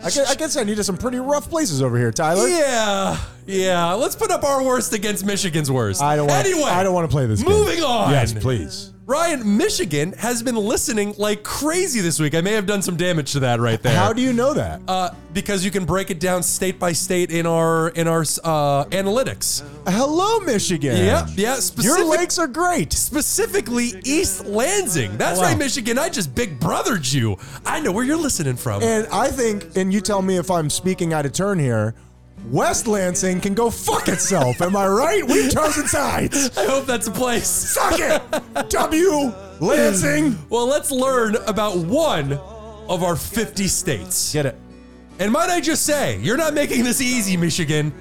Speaker 1: I guess, I guess I needed some pretty rough places over here, Tyler.
Speaker 3: Yeah, yeah. Let's put up our worst against Michigan's worst.
Speaker 1: I don't want.
Speaker 3: Anyway,
Speaker 1: I don't want to play this. game.
Speaker 3: Moving on.
Speaker 1: Yes, please.
Speaker 3: Ryan, Michigan has been listening like crazy this week. I may have done some damage to that right there.
Speaker 1: How do you know that?
Speaker 3: uh, because you can break it down state by state in our in our uh, analytics.
Speaker 1: Hello, Michigan.
Speaker 3: Yeah, yeah. Specific,
Speaker 1: Your lakes are great.
Speaker 3: specifically East Lansing. That's
Speaker 1: Wow.
Speaker 3: right, Michigan. I just big brothered you. I know where you're listening from.
Speaker 1: And I think, and you tell me if I'm speaking out of turn here, West Lansing can go fuck itself. Am I right? We've chosen sides.
Speaker 3: I hope that's a place.
Speaker 1: Fuck it. W Lansing.
Speaker 3: Well, let's learn about one of our 50 states.
Speaker 1: Get it.
Speaker 3: And might I just say, you're not making this easy, Michigan.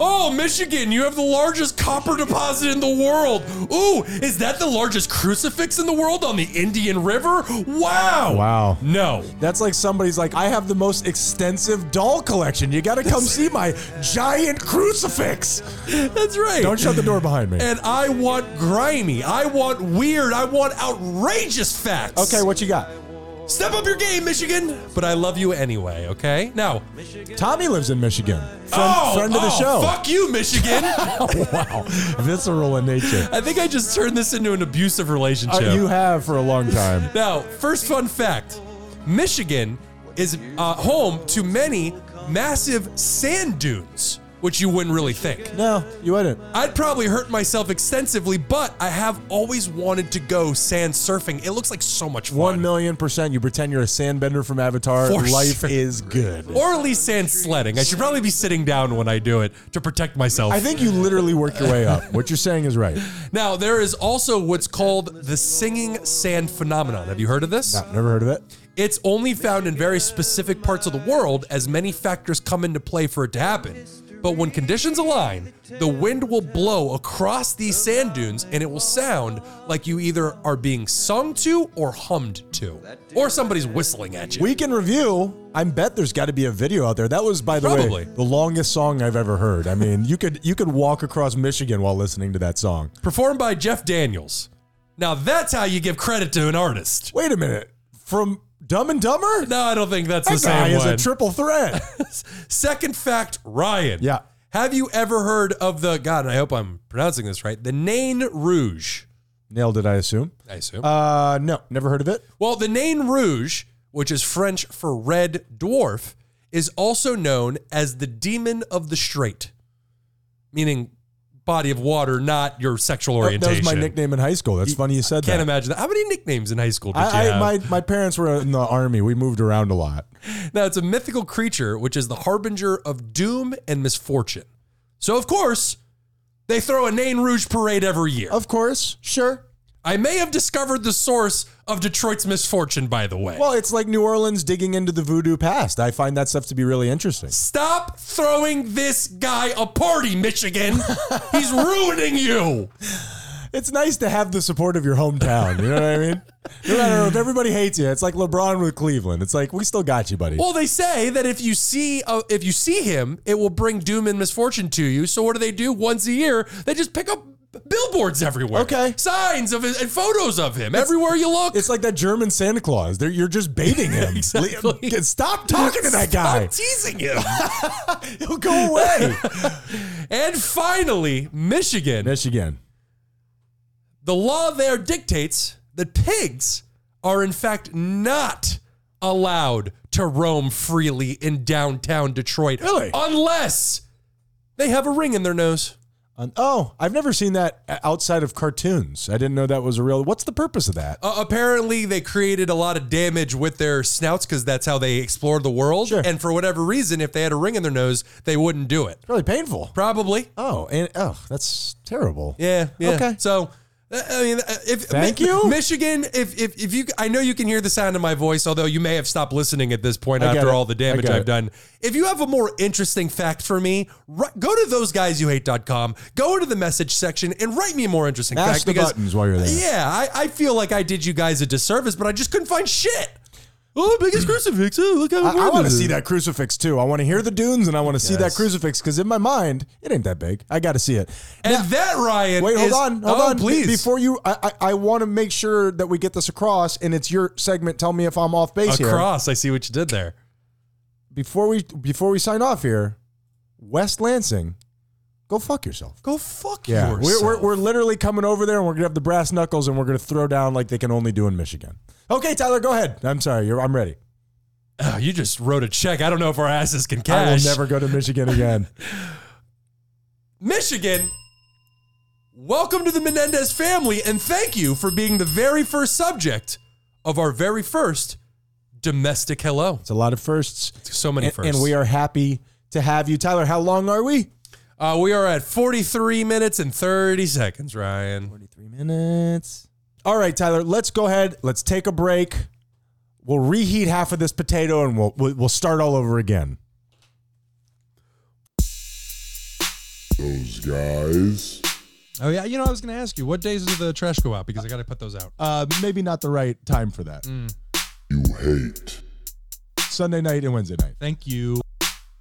Speaker 3: Oh, Michigan, you have the largest copper deposit in the world. Ooh, is that the largest crucifix in the world on the Indian River? Wow.
Speaker 1: Wow.
Speaker 3: No.
Speaker 1: That's like somebody's like, I have the most extensive doll collection. You got to come see my giant crucifix.
Speaker 3: That's right.
Speaker 1: Don't shut the door behind me.
Speaker 3: And I want grimy. I want weird. I want outrageous facts.
Speaker 1: Okay, what you got?
Speaker 3: Step up your game, Michigan. But I love you anyway, okay? Now,
Speaker 1: Tommy lives in Michigan. Friend,
Speaker 3: oh,
Speaker 1: friend of the
Speaker 3: oh,
Speaker 1: show.
Speaker 3: Fuck you, Michigan.
Speaker 1: oh, Wow. Visceral in nature.
Speaker 3: I think I just turned this into an abusive
Speaker 1: Uh,
Speaker 3: relationship.
Speaker 1: you have for a long time.
Speaker 3: Now, first fun fact Michigan is uh, home to many massive sand dunes, which you wouldn't really think.
Speaker 1: No, you wouldn't.
Speaker 3: I'd probably hurt myself extensively, but I have always wanted to go sand surfing. It looks like so much fun.
Speaker 1: One million percent. You pretend you're a sandbender from Avatar.
Speaker 3: For
Speaker 1: Life
Speaker 3: sure.
Speaker 1: is good.
Speaker 3: Or at least sand sledding. I should probably be sitting down when I do it to protect myself.
Speaker 1: I think you literally work your way up. What you're saying is right.
Speaker 3: now, there is also what's called the singing sand phenomenon. Have you heard of this?
Speaker 1: No, never heard of it.
Speaker 3: It's only found in very specific parts of the world as many factors come into play for it to happen. But when conditions align, the wind will blow across these sand dunes and it will sound like you either are being sung to or hummed to, or somebody's whistling at you.
Speaker 1: Week in review. I bet there's got to be a video out there. That was, by the
Speaker 3: Probably.
Speaker 1: way, the longest song I've ever heard. I mean, you could you could walk across Michigan while listening to that song.
Speaker 3: Performed by Jeff Daniels. Now, that's how you give credit to an artist.
Speaker 1: Wait a minute. From Dumb and Dumber,
Speaker 3: No, I don't think that's the
Speaker 1: that guy
Speaker 3: same
Speaker 1: is a
Speaker 3: one.
Speaker 1: triple threat.
Speaker 3: Second fact, Ryan.
Speaker 1: Yeah.
Speaker 3: Have you ever heard of the, God, and I hope I'm pronouncing this right, the Nain Rouge?
Speaker 1: Nailed it, I assume.
Speaker 3: I assume.
Speaker 1: Uh, no, never heard of it.
Speaker 3: Well, the name Rouge, which is French for red dwarf, is also known as the demon of the straight, meaning body of water, not your sexual
Speaker 1: That was
Speaker 3: orientation.
Speaker 1: my nickname in high school. That's funny you said
Speaker 3: Can't
Speaker 1: that.
Speaker 3: imagine that. How many nicknames in high school did you
Speaker 1: I, I
Speaker 3: have?
Speaker 1: my my parents were in the army. We moved around a lot.
Speaker 3: Now, it's a mythical creature which is the harbinger of doom and misfortune. So, of course, they throw a Nain Rouge parade every year.
Speaker 1: Of course, sure.
Speaker 3: I may have discovered the source of Detroit's misfortune, by the way.
Speaker 1: Well, it's like New Orleans digging into the voodoo past. I find that stuff to be really interesting.
Speaker 3: Stop throwing this guy a party, Michigan. He's ruining you.
Speaker 1: It's nice to have the support of your hometown. You know what I mean? No matter if everybody hates you, it's like LeBron with Cleveland. It's like we still got you, buddy.
Speaker 3: Well, they say that if you see uh, if you see him, it will bring doom and misfortune to you. So what do they do once a year? They just pick up billboards everywhere.
Speaker 1: Okay.
Speaker 3: Signs of his, and photos of him everywhere you look.
Speaker 1: It's like that German Santa Claus. They're, you're just baiting him. Le- Stop talking to that guy.
Speaker 3: Stop teasing him.
Speaker 1: He'll go away.
Speaker 3: and finally, Michigan.
Speaker 1: Michigan.
Speaker 3: The law there dictates that pigs are, in fact, not allowed to roam freely in downtown Detroit.
Speaker 1: Really?
Speaker 3: Unless they have a ring in their nose.
Speaker 1: Um, oh, I've never seen that outside of cartoons. I didn't know that was a real. What's the purpose of that?
Speaker 3: Uh, apparently, they created a lot of damage with their snouts because that's how they explored the world.
Speaker 1: Sure.
Speaker 3: And for whatever reason, if they had a ring in their nose, they wouldn't do it.
Speaker 1: Really painful.
Speaker 3: Probably.
Speaker 1: Oh, and oh, that's terrible.
Speaker 3: Yeah. yeah.
Speaker 1: Okay.
Speaker 3: So. uh, I mean, uh, if
Speaker 1: Thank you.
Speaker 3: Michigan. If, if if you, I know you can hear the sound of my voice, although you may have stopped listening at this point
Speaker 1: I get
Speaker 3: after
Speaker 1: it.
Speaker 3: all
Speaker 1: I
Speaker 3: the damage
Speaker 1: get
Speaker 3: I've
Speaker 1: it.
Speaker 3: done. If you have a more interesting fact for me, ri- go to thoseguysyouhate.com, go into the message section, and write me a more interesting
Speaker 1: Mash
Speaker 3: fact.
Speaker 1: the buttons while you're there.
Speaker 3: Yeah, I, I feel like I did you guys a disservice, but I just couldn't find shit. Oh, biggest crucifix! Oh, look how
Speaker 1: I, I
Speaker 3: important
Speaker 1: want
Speaker 3: it
Speaker 1: to
Speaker 3: is.
Speaker 1: see that crucifix too. I want to hear the dunes and I want to see that crucifix because in my mind, it ain't that big. I got to see it.
Speaker 3: And that Ryan.
Speaker 1: Wait, hold
Speaker 3: is-
Speaker 1: on. Hold
Speaker 3: oh,
Speaker 1: on. Be-
Speaker 3: please.
Speaker 1: Before you, I, I, I want to make sure that we get this across and it's your segment. Tell me if I'm off base here.
Speaker 3: across, I see what you did there.
Speaker 1: Before we, before we sign off here, West Lansing, go fuck yourself.
Speaker 3: Go fuck
Speaker 1: Yeah, we're,
Speaker 3: yourself.
Speaker 1: we're, we're literally coming over there and we're gonna have the brass knuckles and we're gonna throw down like they can only do in Michigan. Okay, Tyler, go ahead. I'm sorry, you're, I'm ready.
Speaker 3: Oh, you just wrote a check. I don't know if our asses can
Speaker 1: I will
Speaker 3: cash.
Speaker 1: never go to Michigan again.
Speaker 3: Michigan, welcome to the Menendez family, and thank you for being the very first subject of our very first domestic hello.
Speaker 1: It's a lot of firsts,
Speaker 3: So many
Speaker 1: and,
Speaker 3: firsts.
Speaker 1: and we are happy to have you, Tyler. How long are we?
Speaker 3: uh, we are at 43 minutes and 30 seconds, Ryan.
Speaker 1: Three minutes. All right, Tyler. Let's go ahead. Let's take a break. We'll reheat half of this potato and we'll we'll we'll start all over again.
Speaker 5: Those guys.
Speaker 3: Oh, yeah. You know, I was going to ask you, what days does the trash go out? Because I got to put those out.
Speaker 1: Uh, maybe not the right time for that.
Speaker 3: Mm.
Speaker 5: You hate.
Speaker 1: Sunday night and Wednesday night.
Speaker 3: Thank you.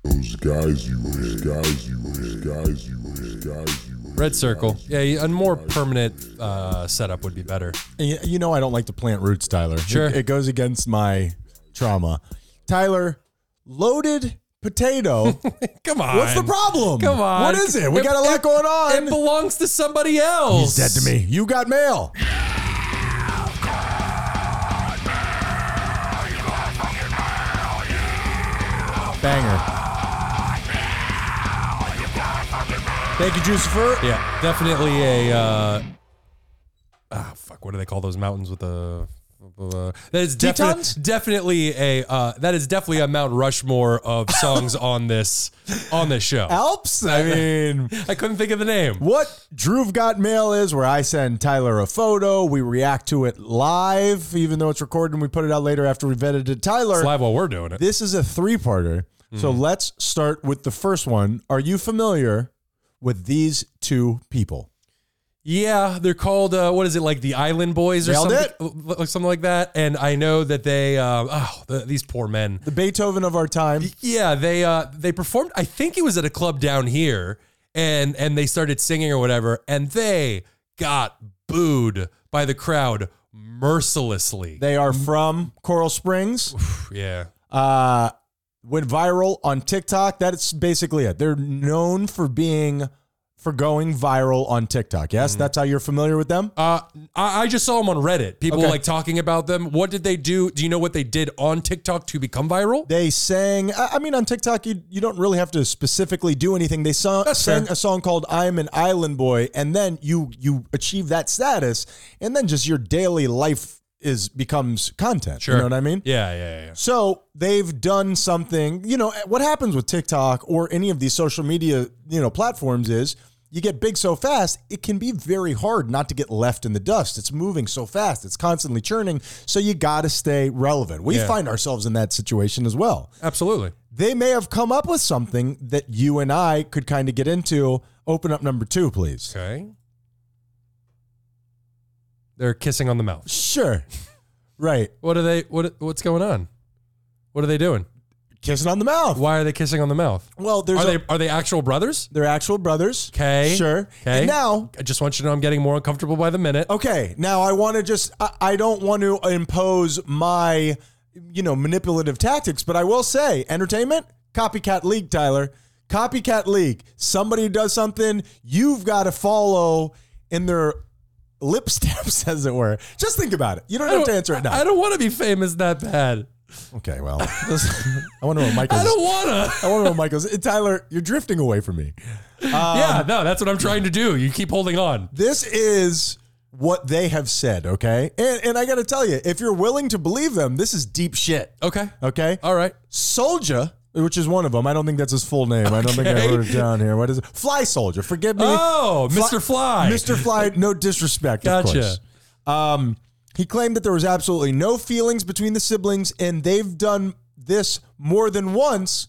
Speaker 5: Those guys you hate. Those guys you hate. Those guys you hate. Those guys you hate.
Speaker 3: Red circle. Yeah, a more permanent uh, setup would be better.
Speaker 1: And y- You know, I don't like to plant roots, Tyler.
Speaker 3: Sure.
Speaker 1: It, it goes against my trauma. Tyler, loaded potato.
Speaker 3: Come on.
Speaker 1: What's the problem?
Speaker 3: Come on.
Speaker 1: What is it? We
Speaker 3: It-
Speaker 1: got a lot going on.
Speaker 3: It belongs to somebody
Speaker 1: He's
Speaker 3: else.
Speaker 1: dead to me. You got mail. Banger. Thank you, Jucifer.
Speaker 3: Yeah, definitely a. Uh, ah, fuck. What do they call those mountains with the? Uh, that is
Speaker 1: Tetons?
Speaker 3: definitely definitely a. Uh, that is definitely a Mount Rushmore of songs on this on this show.
Speaker 1: Alps. I mean,
Speaker 3: I couldn't think of the name.
Speaker 1: What Drew Got Mail is where I send Tyler a photo, we react to it live, even though it's recorded and we put it out later after we vetted it. Tyler,
Speaker 3: It's live while we're doing it.
Speaker 1: this is a three parter. So let's start with the first one. Are you familiar with these two people?
Speaker 3: Yeah, they're called uh, what is it like the Island Boys or
Speaker 1: Nailed
Speaker 3: something, like something like that. And I know that they, uh, oh, the, these poor men.
Speaker 1: The Beethoven of our time.
Speaker 3: Yeah, they uh they performed. I think it was at a club down here, and and they started singing or whatever, and they got booed by the crowd mercilessly.
Speaker 1: They are from Coral Springs.
Speaker 3: yeah,
Speaker 1: Uh, went viral on TikTok. That's basically it. They're known for being for going viral on TikTok. Yes, that's how you're familiar with them.
Speaker 3: Uh, I, I just saw them on Reddit. People
Speaker 1: Okay.
Speaker 3: like talking about them. What did they do? Do you know what they did on TikTok to become viral?
Speaker 1: they sang. I I mean, on TikTok, you you don't really have to specifically do anything. They sang, sang
Speaker 3: fair.
Speaker 1: a song called "I'm an Island Boy," and then you you achieve that status, and then just your daily life is becomes content. You know what I mean?
Speaker 3: Yeah, yeah, yeah.
Speaker 1: So they've done something. You know eh, what happens with TikTok or any of these social media you know platforms is you get big so fast it can be very hard not to get left in the dust. It's moving so fast. It's constantly churning. So you got to stay relevant. We
Speaker 3: Yeah.
Speaker 1: find ourselves in that situation as well.
Speaker 3: Absolutely.
Speaker 1: They may have come up with something that you and I could kind of get into. Open up number two, please.
Speaker 3: Okay. They're kissing on the mouth.
Speaker 1: Sure. Right.
Speaker 3: What are they? What What's going on? What are they doing?
Speaker 1: Kissing on the mouth.
Speaker 3: Why are they kissing on the mouth?
Speaker 1: Well, there's
Speaker 3: Are
Speaker 1: a-
Speaker 3: they Are they actual brothers?
Speaker 1: they're actual brothers.
Speaker 3: Okay.
Speaker 1: Sure.
Speaker 3: Okay.
Speaker 1: And now
Speaker 3: I just want you to know I'm getting more uncomfortable by the minute.
Speaker 1: Okay, now I want to just I, I don't want to impose my you know manipulative tactics, but I will say entertainment copycat league, Tyler. Copycat league. Somebody does something, you've got to follow in their lip steps as it were. Just think about it. You don't, have to answer it now.
Speaker 3: I don't want to be famous that bad.
Speaker 1: okay, well. I wonder what Michael's
Speaker 3: I
Speaker 1: I,
Speaker 3: don't want to.
Speaker 1: wonder what Michael's Tyler, you're drifting away from me. Um,
Speaker 3: yeah, no, that's what I'm trying to do. You keep holding on.
Speaker 1: This is what they have said, okay? And and I got to tell you, if you're willing to believe them, this is deep shit.
Speaker 3: Okay.
Speaker 1: Okay.
Speaker 3: All right.
Speaker 1: Soldier, which is one of them. I don't think that's his full name. I don't think I
Speaker 3: Okay.
Speaker 1: wrote it down here. What is it? Fly Soldier. Forgive me.
Speaker 3: Oh, Mr. Fly.
Speaker 1: Mr. Fly, no disrespect, of
Speaker 3: Gotcha.
Speaker 1: course. Um, he claimed that there was absolutely no feelings between the siblings, and they've done this more than once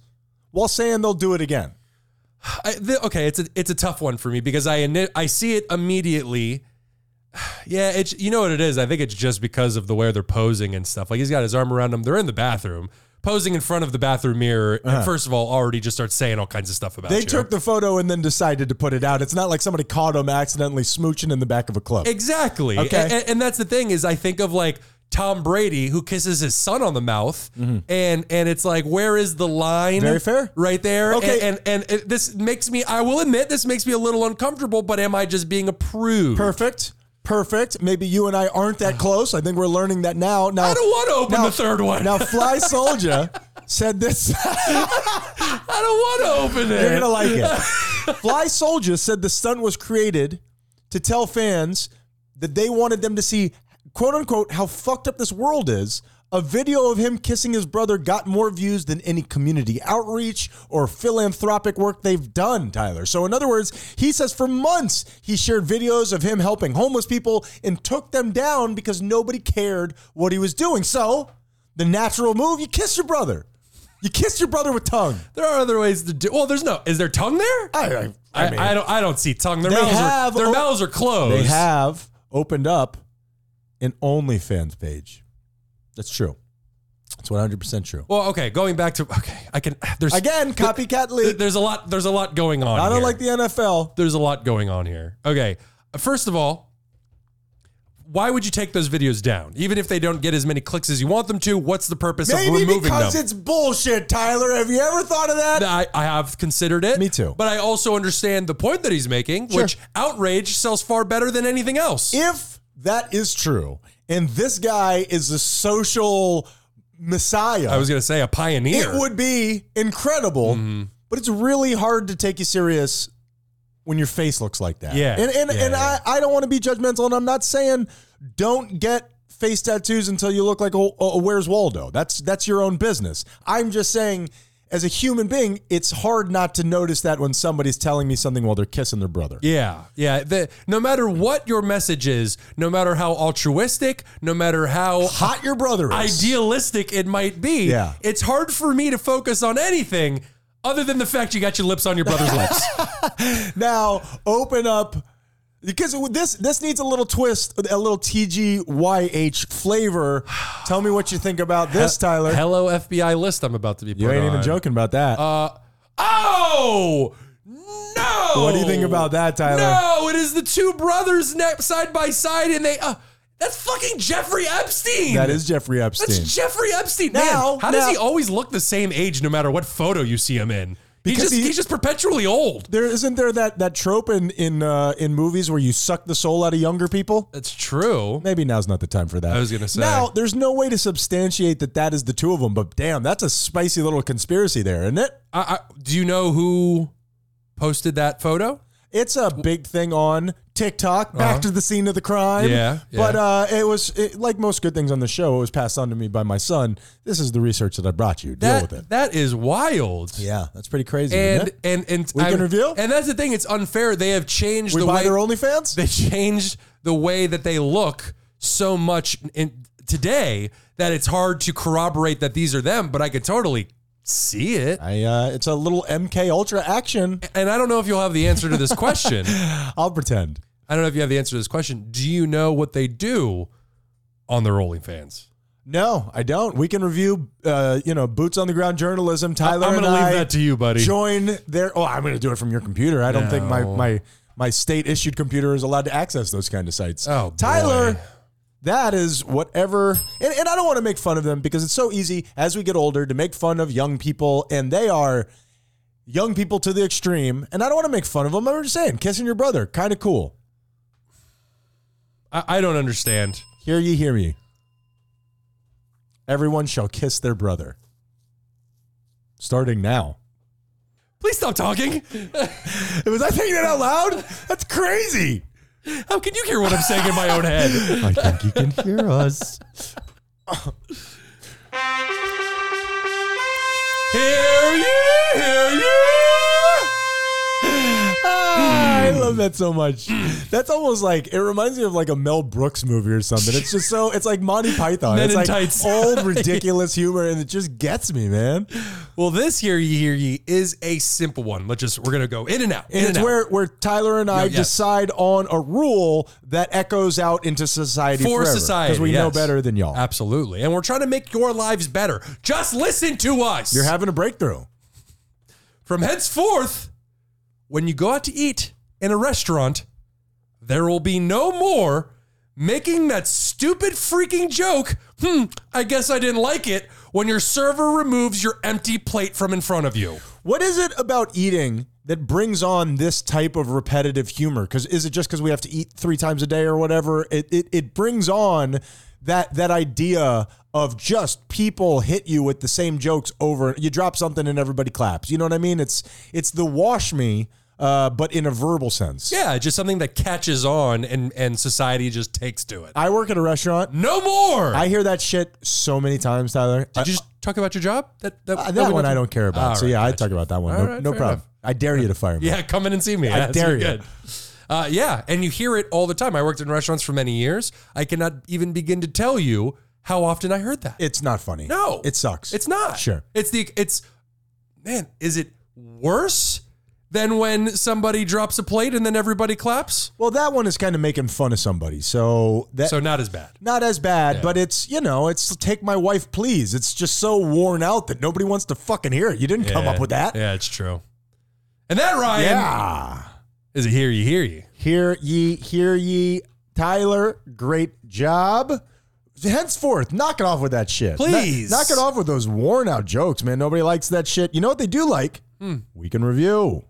Speaker 1: while saying they'll do it again.
Speaker 3: I, the, okay, it's a it's a tough one for me because I ini- I see it immediately. Yeah, it's you know what it is. I think it's just because of the way they're posing and stuff. Like he's got his arm around them. They're in the bathroom, posing in front of the bathroom mirror. And first of all, already just starts saying all kinds of stuff about
Speaker 1: Uh-huh. They
Speaker 3: you.
Speaker 1: took the photo and then decided to put it out. It's not like somebody caught him accidentally smooching in the back of a club.
Speaker 3: Exactly.
Speaker 1: Okay.
Speaker 3: A- a- And, that's the thing is I think of like Tom Brady who kisses his son on the mouth and and it's like where is the line?
Speaker 1: Mm-hmm. Very fair.
Speaker 3: Right there.
Speaker 1: Okay.
Speaker 3: And and, and it, this makes me I will admit this makes me a little uncomfortable, but am I just being approved?
Speaker 1: Perfect. Perfect. Maybe you and I aren't that close. I think we're learning that now. Now
Speaker 3: I don't want to open
Speaker 1: Now-
Speaker 3: the third one.
Speaker 1: Now, Fly Soldier said this.
Speaker 3: I don't want to open it.
Speaker 1: You're gonna like it. Fly Soldier said the stunt was created to tell fans that they wanted them to see, quote unquote, how fucked up this world is. A video of him kissing his brother got more views than any community outreach or philanthropic work they've done, Tyler. So, in other words, he says for months he shared videos of him helping homeless people and took them down because nobody cared what he was doing. So, the natural move you kiss your brother. You kiss your brother with tongue.
Speaker 3: There are other ways to do. Well, there's no. Is there tongue
Speaker 1: I-
Speaker 3: there?
Speaker 1: I- I
Speaker 3: I,
Speaker 1: mean-
Speaker 3: I don't. I don't see tongue. Their
Speaker 1: They
Speaker 3: mouths
Speaker 1: have
Speaker 3: are. Their
Speaker 1: o-
Speaker 3: mouths are closed.
Speaker 1: They have opened up an OnlyFans page. That's true. That's one hundred percent true.
Speaker 3: Well, okay. Going back to okay. I can. There's
Speaker 1: Again, copycat
Speaker 3: th-
Speaker 1: league.
Speaker 3: There's a lot. There's a lot going on.
Speaker 1: I don't
Speaker 3: here.
Speaker 1: like the NFL.
Speaker 3: There's a lot going on here. Okay. First of all, why would you take those videos down? Even if they don't get as many clicks as you want them to, what's the purpose of
Speaker 1: Maybe
Speaker 3: removing
Speaker 1: because
Speaker 3: them?
Speaker 1: it's bullshit, Tyler. Have you ever thought of that?
Speaker 3: I, I have considered it.
Speaker 1: Me too.
Speaker 3: But I also understand the point that he's making,
Speaker 1: Sure.
Speaker 3: which outrage sells far better than anything else.
Speaker 1: If that is true, and this guy is a social messiah,
Speaker 3: I was going to say a pioneer.
Speaker 1: it would be incredible.
Speaker 3: Mm-hmm.
Speaker 1: But it's really hard to take you serious when your face looks like that.
Speaker 3: Yeah.
Speaker 1: And and,
Speaker 3: Yeah,
Speaker 1: and
Speaker 3: yeah.
Speaker 1: I, I don't want to be judgmental, and I'm not saying don't get face tattoos until you look like a, a Where's Waldo. That's that's your own business. I'm just saying. As a human being, it's hard not to notice that when somebody's telling me something while they're kissing their brother.
Speaker 3: Yeah, yeah. The, no matter what your message is, no matter how altruistic, no matter how
Speaker 1: Hot your brother is.
Speaker 3: idealistic it might be,
Speaker 1: Yeah.
Speaker 3: it's hard for me to focus on anything other than the fact you got your lips on your brother's lips.
Speaker 1: now open up because this this needs a little twist, a little TGYH flavor. Tell me what you think about this, Tyler.
Speaker 3: Hello FBI list I'm about to be put
Speaker 1: you ain't even
Speaker 3: on.
Speaker 1: joking about that.
Speaker 3: Oh! No!
Speaker 1: what do you think about that, Tyler?
Speaker 3: Oh, No, it is the two brothers ne- side by side and they uh, that's fucking Jeffrey Epstein.
Speaker 1: That is Jeffrey Epstein.
Speaker 3: That's Jeffrey Epstein.
Speaker 1: Now-
Speaker 3: Man, how does
Speaker 1: now-
Speaker 3: he always look the same age no matter what photo you see him in? He's
Speaker 1: Because
Speaker 3: just,
Speaker 1: he-
Speaker 3: he's just perpetually old.
Speaker 1: There isn't there that that trope in in uh, in movies where you suck the soul out of younger people.
Speaker 3: That's true.
Speaker 1: Maybe now's not the time for that.
Speaker 3: I was gonna say.
Speaker 1: now there's no way to substantiate that that is the two of them. But damn, that's a spicy little conspiracy there, isn't it?
Speaker 3: I, I, do you know who posted that photo?
Speaker 1: It's a big thing on TikTok. Back to the scene of the crime.
Speaker 3: Uh-huh. Yeah, yeah.
Speaker 1: But uh, it was it, like most good things on the show. It was passed on to me by my son. This is the research that I brought you. Deal
Speaker 3: That
Speaker 1: with it.
Speaker 3: that is wild.
Speaker 1: Yeah, that's pretty crazy.
Speaker 3: And,
Speaker 1: isn't it?
Speaker 3: and and
Speaker 1: We can
Speaker 3: I'm-
Speaker 1: reveal?
Speaker 3: And that's the thing. It's unfair. They have changed
Speaker 1: we
Speaker 3: the
Speaker 1: buy
Speaker 3: way
Speaker 1: their OnlyFans.
Speaker 3: they changed the way that they look so much in today that it's hard to corroborate that these are them. But I could totally see it.
Speaker 1: I, uh, it's a little MK Ultra action.
Speaker 3: And I don't know if you'll have the answer to this question.
Speaker 1: I'll pretend.
Speaker 3: I don't know if you have the answer to this question. Do you know what they do on their OnlyFans?
Speaker 1: No, I don't. We can review, uh, you know, boots on the ground journalism. Tyler,
Speaker 3: I'm
Speaker 1: and
Speaker 3: going to
Speaker 1: I
Speaker 3: leave that to you, buddy.
Speaker 1: Join their. Oh, I'm going to do it from your computer. I don't think my
Speaker 3: No.
Speaker 1: my my state issued computer is allowed to access those kind of sites.
Speaker 3: Oh, boy.
Speaker 1: Tyler, that is whatever. And, and I don't want to make fun of them because it's so easy as we get older to make fun of young people, and they are young people to the extreme. And I don't want to make fun of them. I'm just saying, kissing your brother, kind of cool.
Speaker 3: I, I don't understand.
Speaker 1: Hear ye, hear ye. Everyone shall kiss their brother. Starting now.
Speaker 3: Please stop talking.
Speaker 1: Was I saying that out loud? That's crazy.
Speaker 3: How can you hear what I'm saying in my own head?
Speaker 1: I think you can hear us.
Speaker 3: Hear you, hear you.
Speaker 1: I love that so much. That's almost like it reminds me of like a Mel Brooks movie or something. It's just so it's like Monty Python.
Speaker 3: Men
Speaker 1: it's
Speaker 3: in
Speaker 1: like
Speaker 3: tights.
Speaker 1: old ridiculous humor, and it just gets me, man.
Speaker 3: Well, this hear ye, hear ye is a simple one. Let's just we're gonna go in and out. In
Speaker 1: And
Speaker 3: and,
Speaker 1: it's
Speaker 3: out.
Speaker 1: where where Tyler and I
Speaker 3: yes.
Speaker 1: decide on a rule that echoes out into society
Speaker 3: for
Speaker 1: forever,
Speaker 3: society
Speaker 1: because we know
Speaker 3: yes.
Speaker 1: better than y'all.
Speaker 3: Absolutely, and we're trying to make your lives better. Just listen to us.
Speaker 1: You're having a breakthrough.
Speaker 3: From henceforth, when you go out to eat in a restaurant, there will be no more making that stupid freaking joke. Hmm, I guess I didn't like it when your server removes your empty plate from in front of you.
Speaker 1: What is it about eating that brings on this type of repetitive humor? Because is it just because we have to eat three times a day or whatever? It, it it brings on that that idea of just people hit you with the same jokes over. You drop something and everybody claps. You know what I mean? It's it's the wash me, uh, but in a verbal sense.
Speaker 3: Yeah, just something that catches on and and society just takes to it.
Speaker 1: I work at a restaurant.
Speaker 3: No more.
Speaker 1: I hear that shit so many times, Tyler. I-
Speaker 3: Did you just talk about your job? That that,
Speaker 1: uh,
Speaker 3: we
Speaker 1: that one
Speaker 3: went
Speaker 1: I
Speaker 3: through?
Speaker 1: don't care about.
Speaker 3: All
Speaker 1: so
Speaker 3: right,
Speaker 1: yeah, I
Speaker 3: gotcha.
Speaker 1: talk about that one.
Speaker 3: All
Speaker 1: No,
Speaker 3: right,
Speaker 1: no
Speaker 3: fair
Speaker 1: problem.
Speaker 3: enough.
Speaker 1: I dare you to fire me.
Speaker 3: Yeah, come in and see me.
Speaker 1: I
Speaker 3: That's
Speaker 1: dare
Speaker 3: good. Uh, yeah, and you hear it all the time. I worked in restaurants for many years. I cannot even begin to tell you how often I heard that.
Speaker 1: It's not funny.
Speaker 3: no,
Speaker 1: it sucks.
Speaker 3: It's not.
Speaker 1: Sure.
Speaker 3: It's the it's man. Is it worse than when somebody drops a plate and then everybody claps?
Speaker 1: Well, that one is kind of making fun of somebody, so that
Speaker 3: So not as bad.
Speaker 1: not as bad, but it's you know, it's take my wife, please. It's just so worn out that nobody wants to fucking hear it. You didn't come up with that,
Speaker 3: Yeah, it's true. And that Ryan
Speaker 1: yeah.
Speaker 3: is a hear you hear you.
Speaker 1: Hear ye, hear ye, Tyler. Great job. Henceforth, knock it off with that shit. Kn-
Speaker 3: Please.
Speaker 1: knock it off with those worn out jokes, man. Nobody likes that shit. You know what they do like?
Speaker 3: Hmm.
Speaker 1: We can review.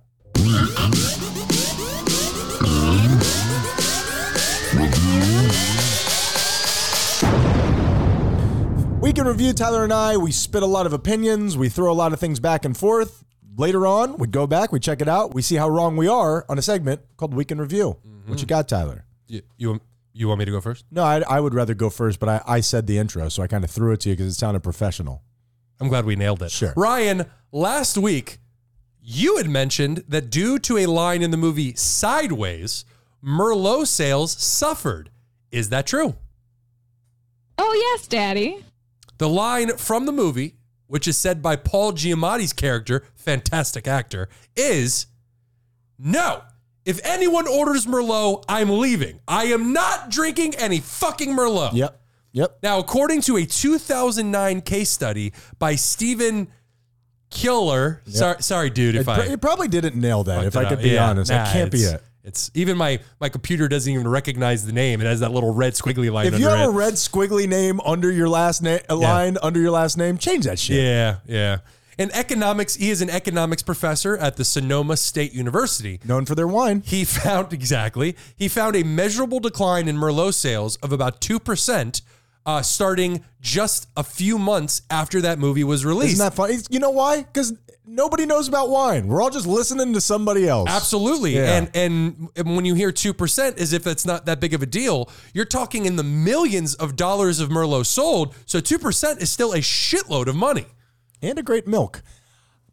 Speaker 1: We can review Tyler and I. We spit a lot of opinions. We throw a lot of things back and forth. Later on, we go back, we check it out, we see how wrong we are on a segment called Week in Review. What
Speaker 3: Mm-hmm.
Speaker 1: you got, Tyler?
Speaker 3: You you, you want me to go first?
Speaker 1: No, I, I would rather go first, but I, I said the intro, so I kind of threw it to you because it sounded professional.
Speaker 3: I'm glad we nailed it.
Speaker 1: Sure.
Speaker 3: Ryan, last week, you had mentioned that due to a line in the movie Sideways, Merlot sales suffered. Is that true?
Speaker 6: Oh, yes, Daddy.
Speaker 3: The line from the movie, which is said by Paul Giamatti's character, fantastic actor, is No. If anyone orders Merlot, I'm leaving. I am not drinking any fucking Merlot.
Speaker 1: Yep. Yep.
Speaker 3: Now, according to a 2009 case study by Stephen Killer, sorry, sorry, dude, if
Speaker 1: It, pr-
Speaker 3: I
Speaker 1: it probably didn't nail that, if I could be
Speaker 3: Yeah,
Speaker 1: honest.
Speaker 3: nah,
Speaker 1: that can't be
Speaker 3: it's-
Speaker 1: it.
Speaker 3: It's even my my computer doesn't even recognize the name. It has that little red squiggly line
Speaker 1: If
Speaker 3: under
Speaker 1: you have a
Speaker 3: it.
Speaker 1: red squiggly name under your last name, a line under your last name, change that shit.
Speaker 3: yeah, yeah. in economics, he is an economics professor at the Sonoma State University.
Speaker 1: Known for their wine.
Speaker 3: He found exactly. He found a measurable decline in Merlot sales of about two percent, uh, starting just a few months after that movie was released.
Speaker 1: Isn't that funny? You know why? Because nobody knows about wine. We're all just listening to somebody else.
Speaker 3: Absolutely.
Speaker 1: Yeah.
Speaker 3: And, and and when you hear 2% as if that's not that big of a deal, you're talking in the millions of dollars of Merlot sold. So 2% is still a shitload of money.
Speaker 1: And a great milk.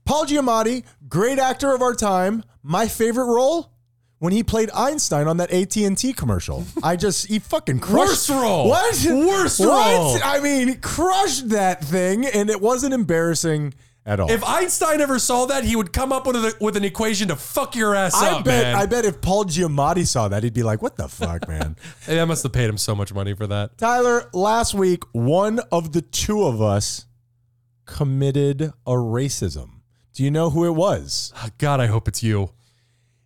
Speaker 1: Paul Giamatti, great actor of our time. My favorite role when he played Einstein on that AT and T commercial. I just he fucking crushed.
Speaker 3: Worst role.
Speaker 1: What?
Speaker 3: Worst
Speaker 1: What?
Speaker 3: role.
Speaker 1: I mean, he crushed that thing, and it wasn't embarrassing at all.
Speaker 3: If Einstein ever saw that, he would come up with, a, with an equation to fuck your ass
Speaker 1: I
Speaker 3: up,
Speaker 1: bet
Speaker 3: man.
Speaker 1: I bet if Paul Giamatti saw that, he'd be like, "What the fuck, man."
Speaker 3: Hey, I must have paid him so much money for that.
Speaker 1: Tyler, last week, one of the two of us committed a racism. Do you know who it was?
Speaker 3: Oh, God, I hope it's you.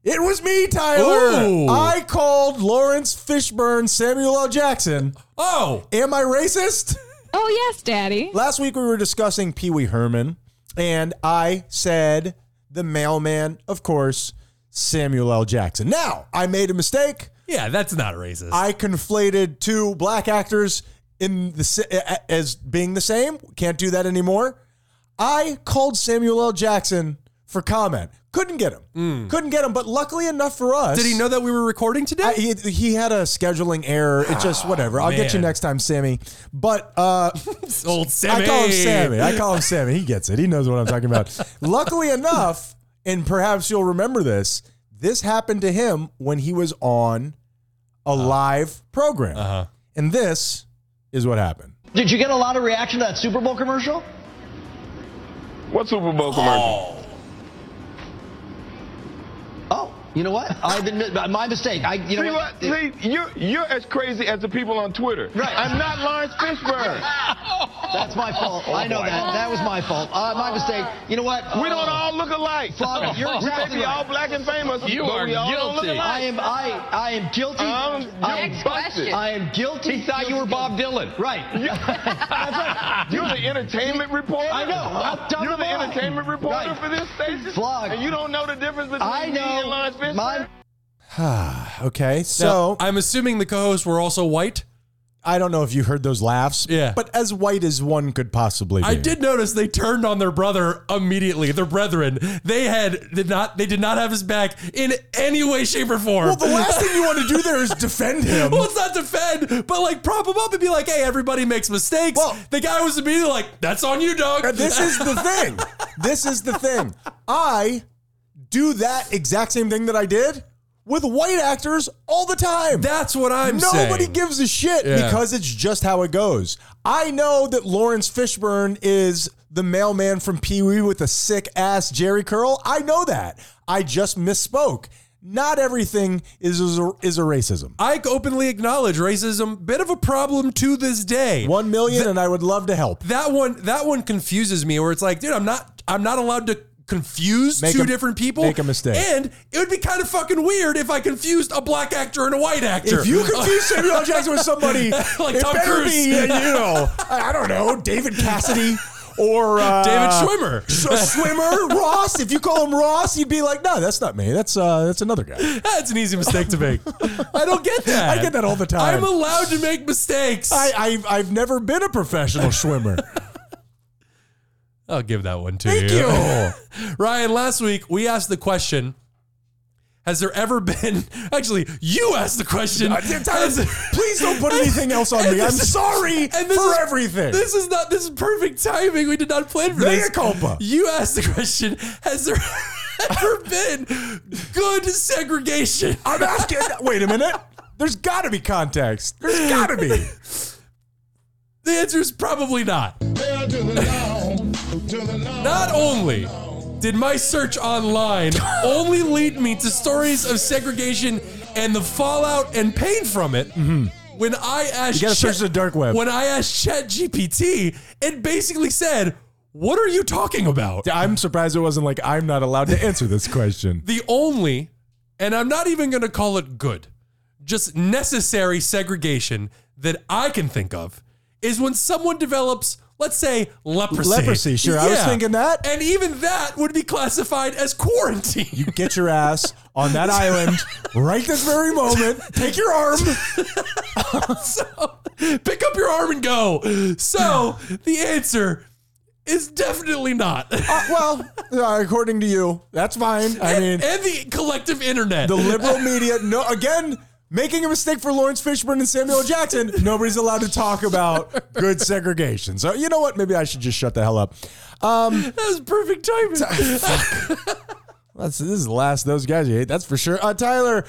Speaker 1: It was me, Tyler.
Speaker 3: Ooh.
Speaker 1: I called Lawrence Fishburne Samuel L. Jackson.
Speaker 3: Oh,
Speaker 1: Am I racist?
Speaker 6: Oh, yes, Daddy.
Speaker 1: Last week we were discussing Pee Wee Herman, and I said the mailman, of course, Samuel L. Jackson. Now, I made a mistake.
Speaker 3: yeah, that's not racist.
Speaker 1: I conflated two black actors in the sa- a- a- as being the same. Can't do that anymore. I called Samuel L. Jackson for comment. Couldn't get him. Couldn't get him. But luckily enough for us,
Speaker 3: Mm. Did he know that we were recording today?
Speaker 1: I, he, he had a scheduling error. It just whatever. I'll get you
Speaker 3: Man.
Speaker 1: next time, Sammy. But uh,
Speaker 3: Old Sammy.
Speaker 1: I call him Sammy. I call him Sammy. He gets it. He knows what I'm talking about. Luckily enough, and perhaps you'll remember this, this happened to him when he was on a
Speaker 3: Uh-huh.
Speaker 1: live program. And this is what happened.
Speaker 7: Did you get a lot of reaction to that Super Bowl commercial?
Speaker 8: What Super Bowl commercial?
Speaker 7: Oh, you know what? I admit my mistake. I, you know
Speaker 8: See
Speaker 7: what?
Speaker 8: what? See, you're you're as crazy as the people on Twitter.
Speaker 7: Right.
Speaker 8: I'm not Lawrence Fishburne.
Speaker 7: That's my fault. I know
Speaker 8: Oh, boy.
Speaker 7: that. That was my fault. Uh, my mistake. You know what?
Speaker 8: We don't all look alike.
Speaker 7: Oh. Fuck, you're
Speaker 8: we may
Speaker 7: exactly
Speaker 8: be
Speaker 7: right.
Speaker 8: all black and famous,
Speaker 9: You
Speaker 8: but
Speaker 9: are
Speaker 8: we all don't look
Speaker 9: guilty.
Speaker 8: alike.
Speaker 7: I am. I. I am guilty.
Speaker 8: Um,
Speaker 7: I,
Speaker 8: you're
Speaker 9: Next
Speaker 8: busted.
Speaker 9: question.
Speaker 7: I am guilty.
Speaker 9: He thought you were Bob Dylan.
Speaker 7: Right.
Speaker 8: You're the entertainment reporter.
Speaker 7: I know. I'm dumb
Speaker 8: You're the
Speaker 7: as I am.
Speaker 8: entertainment reporter
Speaker 7: Right.
Speaker 8: for this station.
Speaker 7: Vlog.
Speaker 8: And you don't know the difference between
Speaker 7: I
Speaker 8: me and Lawrence
Speaker 7: know.
Speaker 8: Fishburne.
Speaker 7: My
Speaker 1: Okay. So
Speaker 3: So I'm assuming the co-hosts were also white.
Speaker 1: I don't know if you heard those laughs.
Speaker 3: Yeah.
Speaker 1: But as white as one could possibly be.
Speaker 3: I did notice they turned on their brother immediately. Their brethren, they had did not they did not have his back in any way, shape, or form.
Speaker 1: Well, the last thing you want to do there is defend him.
Speaker 3: Well, it's not defend, but like prop him up and be like, "Hey, everybody makes mistakes."
Speaker 1: Well-
Speaker 3: the guy was immediately like, "That's on you, dog."
Speaker 1: This is the thing. This is the thing. I do that exact same thing that I did with white actors all the time.
Speaker 3: That's what I'm saying.
Speaker 1: Nobody gives a shit
Speaker 3: Yeah.
Speaker 1: because it's just how it goes. I know that Lawrence Fishburne is the mailman from Pee Wee with a sick ass Jerry curl. I know that. I just misspoke. Not everything is is a, is a racism.
Speaker 3: I openly acknowledge racism, bit of a problem to this day.
Speaker 1: One million, and I would love to help.
Speaker 3: that one that one confuses me where it's like dude i'm not i'm not allowed to confuse
Speaker 1: Make
Speaker 3: two
Speaker 1: a-
Speaker 3: different people
Speaker 1: make a mistake.
Speaker 3: and it would be kind of fucking weird if i confused a black actor and a white actor
Speaker 1: If you confuse Samuel L. Jackson with somebody,
Speaker 3: Like
Speaker 1: it
Speaker 3: Tom
Speaker 1: better
Speaker 3: Cruise.
Speaker 1: be, uh, you know, I I don't know, David Cassidy or uh,
Speaker 3: david schwimmer
Speaker 1: So swimmer Ross. If you call him Ross, you'd be like, no, that's not me. That's uh, that's another guy.
Speaker 3: that's an easy mistake to make i don't get that
Speaker 1: I get that all the time.
Speaker 3: i'm allowed to make mistakes
Speaker 1: I, I've I've never been a professional swimmer.
Speaker 3: i'll give that one to
Speaker 1: Thank you.
Speaker 3: Ryan, last week we asked the question Has there ever been. Actually, you asked the question.
Speaker 1: Uh, Tyler, please don't put anything else on me. I'm sorry for
Speaker 3: is-
Speaker 1: everything.
Speaker 3: This is not. This is perfect timing. We did not plan for
Speaker 1: Mea
Speaker 3: this.
Speaker 1: culpa.
Speaker 3: You asked the question Has there ever been good segregation?
Speaker 1: I'm asking. Wait a minute. There's got to be context. There's got to be.
Speaker 3: The answer is probably not. Not only did my search online only lead me to stories of segregation and the fallout and pain from it. When I
Speaker 1: Mm-hmm.
Speaker 3: asked,
Speaker 1: You gotta search
Speaker 3: Chat-
Speaker 1: the dark web.
Speaker 3: When I asked ChatGPT, it basically said, "What are you talking about?"
Speaker 1: I'm surprised it wasn't like I'm not allowed to answer this question.
Speaker 3: the only, and I'm not even going to call it good, just necessary segregation that I can think of is when someone develops Let's say leprosy.
Speaker 1: Leprosy, sure. I was thinking that.
Speaker 3: And even that would be classified as quarantine.
Speaker 1: You get your ass on that island right this very moment. Take your arm.
Speaker 3: so pick up your arm and go. So the answer is definitely not.
Speaker 1: Uh, well, uh, according to you, that's fine. I mean,
Speaker 3: and, and the collective internet.
Speaker 1: the liberal media, no, again, making a mistake for Lawrence Fishburne and Samuel L. Jackson. Nobody's allowed to talk about good segregation. So you know what? Maybe I should just shut the hell up. Um,
Speaker 3: that was perfect timing.
Speaker 1: That's this is the last of those guys you hate. That's for sure. Uh, Tyler,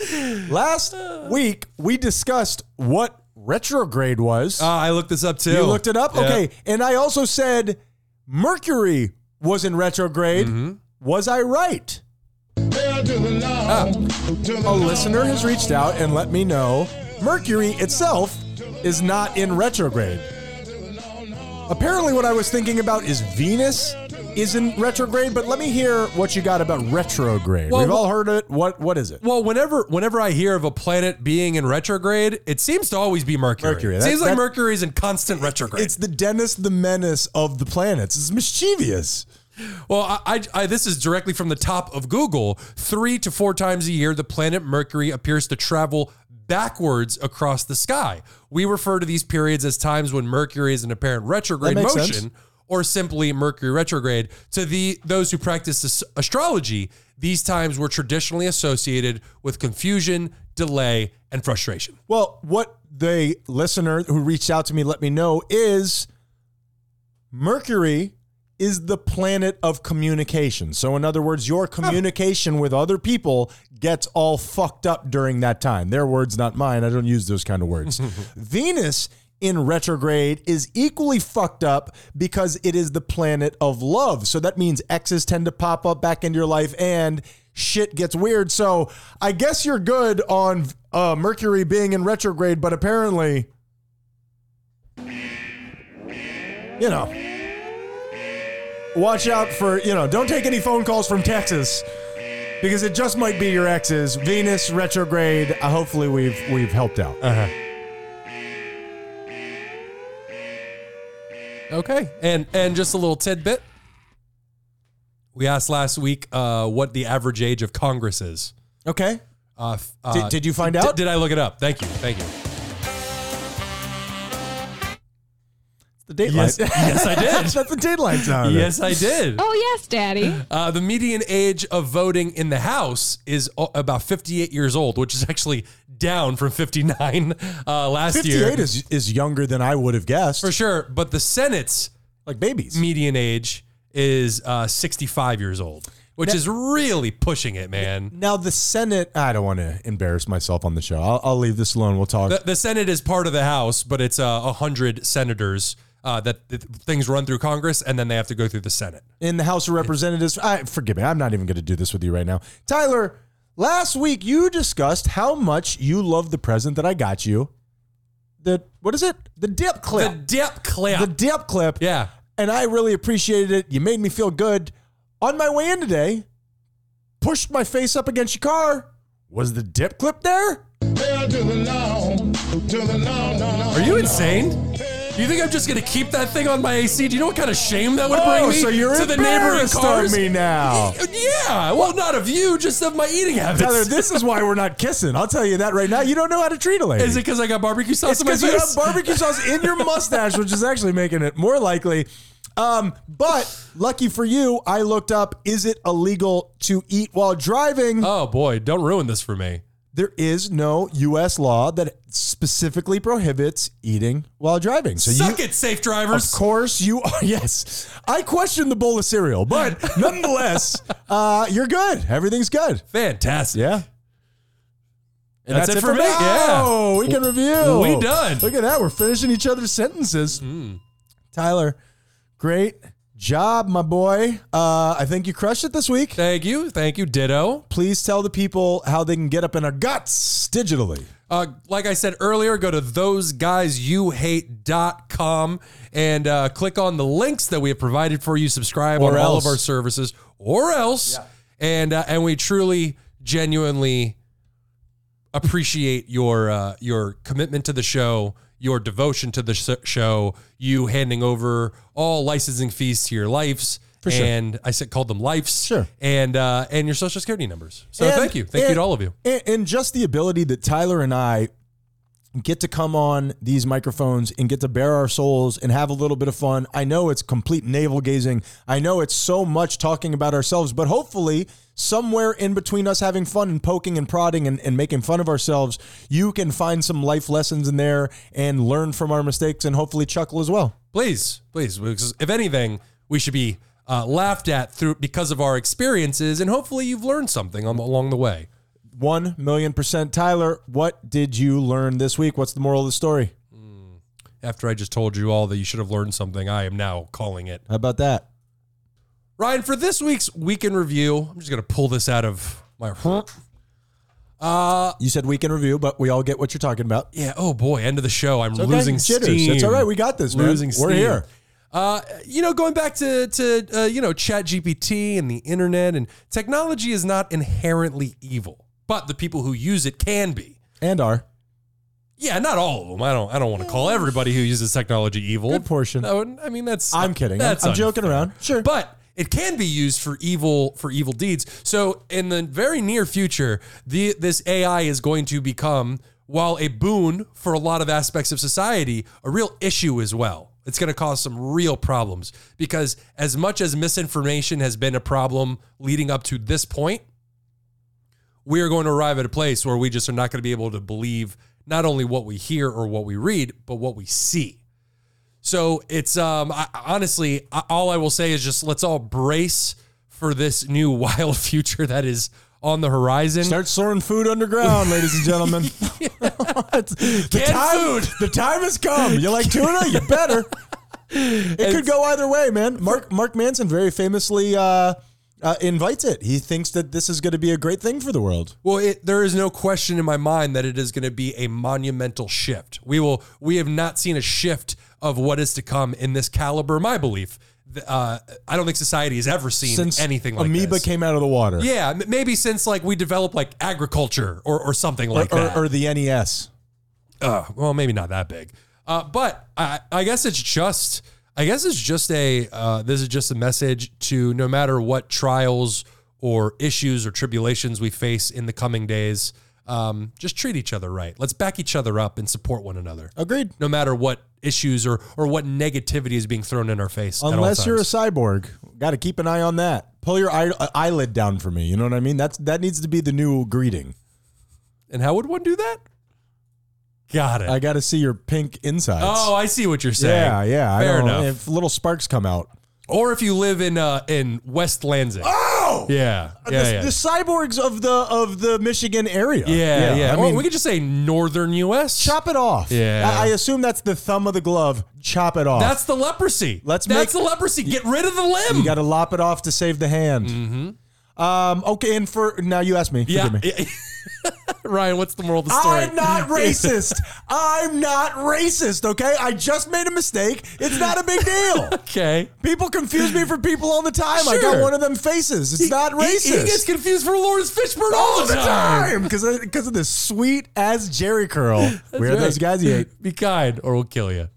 Speaker 1: last week we discussed what retrograde was.
Speaker 3: Uh, I looked this up too.
Speaker 1: you looked it up,
Speaker 3: Yeah.
Speaker 1: okay? And I also said Mercury was in retrograde.
Speaker 3: Mm-hmm.
Speaker 1: Was I right? Ah. A listener has reached out and let me know Mercury itself is not in retrograde. Apparently, what I was thinking about is Venus is in retrograde, but let me hear what you got about retrograde.
Speaker 3: Well,
Speaker 1: We've all heard it. What What is it?
Speaker 3: Well, whenever whenever I hear of a planet being in retrograde, it seems to always be Mercury.
Speaker 1: Mercury,
Speaker 3: It
Speaker 1: that-
Speaker 3: seems like
Speaker 1: that-
Speaker 3: Mercury's in constant retrograde.
Speaker 1: It's the Dennis the Menace of the planets. It's mischievous.
Speaker 3: Well, I, I, I this is directly from the top of Google. Three to four times a year, the planet Mercury appears to travel backwards across the sky. We refer to these periods as times when Mercury is in apparent retrograde
Speaker 1: That makes
Speaker 3: motion,
Speaker 1: sense.
Speaker 3: or simply Mercury retrograde. To the those who practice as- astrology, these times were traditionally associated with confusion, delay, and frustration.
Speaker 1: Well, what the listener who reached out to me let me know is Mercury is the planet of communication. So, in other words, your communication with other people gets all fucked up during that time. Their words, not mine. I don't use those kind of words. Venus in retrograde is equally fucked up because it is the planet of love. So, that means exes tend to pop up back into your life and shit gets weird. So, I guess you're good on uh, Mercury being in retrograde, but apparently, you know watch out for you know don't take any phone calls from texas because it just might be your exes venus retrograde uh, hopefully we've we've helped out
Speaker 3: Uh-huh. Okay. And and just a little tidbit. We asked last week uh, what the average age of Congress is.
Speaker 1: okay
Speaker 3: Uh, f-
Speaker 1: Did-
Speaker 3: uh,
Speaker 1: did you find
Speaker 3: d-
Speaker 1: out?
Speaker 3: did I look it up? Thank you. Thank you.
Speaker 1: the dateline
Speaker 3: Yes, yes, I did.
Speaker 1: that's the dateline sound
Speaker 3: Yes, I did.
Speaker 6: Oh, yes, Daddy.
Speaker 3: Uh, the median age of voting in the House is o- about 58 years old, which is actually down from 59 uh, last
Speaker 1: 58
Speaker 3: year.
Speaker 1: is is younger than i would have guessed
Speaker 3: for sure. But the Senate's
Speaker 1: like babies
Speaker 3: median age is uh, 65 years old, which is really pushing it, man.
Speaker 1: now the senate i don't want to embarrass myself on the show i'll, I'll leave this alone we'll talk
Speaker 3: The, the Senate is part of the House, but it's uh, 100 senators uh, that that things run through Congress and then they have to go through the Senate.
Speaker 1: in the House of Representatives. I, forgive me, I'm not even going to do this with you right now. Tyler, last week you discussed how much you love the present that I got you. The what is it? The dip
Speaker 3: The
Speaker 1: clip.
Speaker 3: dip clap.
Speaker 1: The, dip clip.
Speaker 3: yeah.
Speaker 1: And I really appreciated it. You made me feel good. On my way in today, pushed my face up against your car. Was the dip clip there?
Speaker 3: Are you insane? Do you think I'm just gonna keep that thing on my AC? Do you know what kind of shame that would bring
Speaker 1: Oh,
Speaker 3: me
Speaker 1: so you're
Speaker 3: to the neighboring
Speaker 1: embarrassed on
Speaker 3: cars?
Speaker 1: me now.
Speaker 3: Yeah, well, not of you, just of my eating habits.
Speaker 1: Tyler, this is why we're not kissing. I'll tell you that right now. You don't know how to treat a lady.
Speaker 3: is it because I got barbecue sauce
Speaker 1: It's
Speaker 3: in my
Speaker 1: because you have
Speaker 3: face?
Speaker 1: barbecue sauce in your mustache, which is actually making it more likely. Um, but lucky for you, I looked up: is it illegal to eat while driving?
Speaker 3: oh boy, don't ruin this for me.
Speaker 1: there is no U.S. law that specifically prohibits eating while driving. So
Speaker 3: Suck
Speaker 1: you.
Speaker 3: it, safe
Speaker 1: Of
Speaker 3: drivers.
Speaker 1: course, you are. Yes, I question the bowl of cereal, but nonetheless, uh, you're good. Everything's good.
Speaker 3: Fantastic.
Speaker 1: Yeah. And
Speaker 3: That's it for me. Yeah.
Speaker 1: Oh, we can review.
Speaker 3: we done. Mm-hmm.
Speaker 1: Look at that. We're finishing each other's sentences. Tyler, great job, my boy. Uh, I think you crushed it this week.
Speaker 3: Thank you, thank you. Ditto.
Speaker 1: Please tell the people how they can get up in our guts digitally.
Speaker 3: Uh, like I said earlier, go to thoseguysyouhate.com and uh, click on the links that we have provided for you. Subscribe
Speaker 1: Or
Speaker 3: on all of
Speaker 1: else.
Speaker 3: our services, or else. And uh, and we truly, genuinely appreciate your uh, your commitment to the show, your devotion to the sh- show, you handing over all licensing fees to your lifes.
Speaker 1: For sure.
Speaker 3: And I said, called them lifes.
Speaker 1: Sure.
Speaker 3: And uh, and your social security numbers. So
Speaker 1: And-
Speaker 3: thank you, thank you
Speaker 1: and-
Speaker 3: to all of you.
Speaker 1: And, and just the ability that Tyler and I get to come on these microphones and get to bare our souls and have a little bit of fun. I know it's complete navel gazing. I know it's so much talking about ourselves, but hopefully, somewhere in between us having fun and poking and prodding and, and making fun of ourselves, you can find some life lessons in there and learn from our mistakes and hopefully chuckle as well.
Speaker 3: please, please. Because if anything, we should be uh, laughed at through because of our experiences, and hopefully, you've learned something on, along the way.
Speaker 1: One million percent. Tyler, what did you learn this week? What's the moral of the story?
Speaker 3: After I just told you all that you should have learned something, I am now calling it.
Speaker 1: How about that?
Speaker 3: Ryan, for this week's weekend review, I'm just gonna pull this out of my.
Speaker 1: You said week in review, but we all get what you're talking about.
Speaker 3: Yeah. Oh boy, end of the show. I'm
Speaker 1: okay.
Speaker 3: losing
Speaker 1: Jitters.
Speaker 3: steam.
Speaker 1: That's all right. We got this, man.
Speaker 3: Losing
Speaker 1: We're
Speaker 3: steam.
Speaker 1: here.
Speaker 3: Uh, you know, going back to to uh, you know Chat GPT and the internet and technology is not inherently evil, but the people who use it can be.
Speaker 1: And our
Speaker 3: Yeah, not all of them. I don't. I don't want to call everybody who uses technology evil.
Speaker 1: Good portion.
Speaker 3: No, I mean that's.
Speaker 1: I'm kidding.
Speaker 3: That's
Speaker 1: I'm, I'm joking
Speaker 3: unfair.
Speaker 1: around. Sure.
Speaker 3: But it can be used for evil for evil deeds. So in the very near future, the this AI is going to become, while a boon for a lot of aspects of society, a real issue as well. It's going to cause some real problems because as much as misinformation has been a problem leading up to this point, we are going to arrive at a place where we just are not going to be able to believe not only what we hear or what we read, but what we see. So it's um I, honestly I, all I will say is just let's all brace for this new wild future that is on the horizon.
Speaker 1: start storing food underground, ladies and gentlemen. It's- the
Speaker 3: Canned
Speaker 1: time,
Speaker 3: food.
Speaker 1: The time has come. You like tuna? You better. It could go either way, man. Mark Mark Manson very famously uh, uh, invites it. He thinks that this is going to be a great thing for the world.
Speaker 3: Well, it, there is no question in my mind that it is going to be a monumental shift. We will. We have not seen a shift of what is to come in this caliber. My belief. Th- Uh, I don't think society has ever seen
Speaker 1: Since
Speaker 3: anything like
Speaker 1: amoeba
Speaker 3: this.
Speaker 1: came out of the water,
Speaker 3: Yeah, m- maybe since like we developed like agriculture or, or something
Speaker 1: or,
Speaker 3: like that.
Speaker 1: or, or the E NES.
Speaker 3: Uh, well, maybe not that big. Uh, but I, I guess it's just, I guess it's just a, uh, this is just a message to no matter what trials or issues or tribulations we face in the coming days, um, just treat each other right. Let's back each other up and support one another,
Speaker 1: Agreed.
Speaker 3: no matter what issues or or what negativity is being thrown in our face. at all
Speaker 1: Unless you're a
Speaker 3: times.
Speaker 1: cyborg, got to keep an eye on that. Pull your eye, uh, eyelid down for me. You know what I mean? That's that needs to be the new greeting.
Speaker 3: and how would one do that? Got it.
Speaker 1: I got to see your pink insides.
Speaker 3: oh, I see what you're saying.
Speaker 1: yeah, yeah.
Speaker 3: Fair
Speaker 1: I don't
Speaker 3: enough.
Speaker 1: Know. If little sparks come out.
Speaker 3: or if you live in uh in West Lansing. Oh, yeah, yeah,
Speaker 1: the,
Speaker 3: yeah.
Speaker 1: the cyborgs of the of the Michigan area.
Speaker 3: yeah, yeah.
Speaker 1: I
Speaker 3: Or
Speaker 1: mean,
Speaker 3: we could just say Northern U.S.
Speaker 1: chop it off.
Speaker 3: Yeah.
Speaker 1: I, I assume that's the thumb of the glove. Chop it off.
Speaker 3: That's the leprosy.
Speaker 1: Let's
Speaker 3: That's
Speaker 1: make-
Speaker 3: the leprosy. Get rid of the
Speaker 1: you
Speaker 3: limb.
Speaker 1: got to lop it off to save the hand. Mm-hmm. Um. Okay. And for now, you ask me.
Speaker 3: yeah.
Speaker 1: Forgive me.
Speaker 3: Ryan, what's the moral of the story?
Speaker 1: I'm not racist. I'm not racist, okay? I just made a mistake. It's not a big deal.
Speaker 3: okay.
Speaker 1: People confuse me for people all the time. I got
Speaker 3: Sure.
Speaker 1: one of them faces. It's not
Speaker 3: He-
Speaker 1: racist.
Speaker 3: He, gets confused for Lawrence Fishburne all, the, time.
Speaker 1: because of, 'cause of this sweet ass Jerry curl. Where are
Speaker 3: That's
Speaker 1: those
Speaker 3: right.
Speaker 1: guys you ate?
Speaker 3: Be kind, or we'll kill you.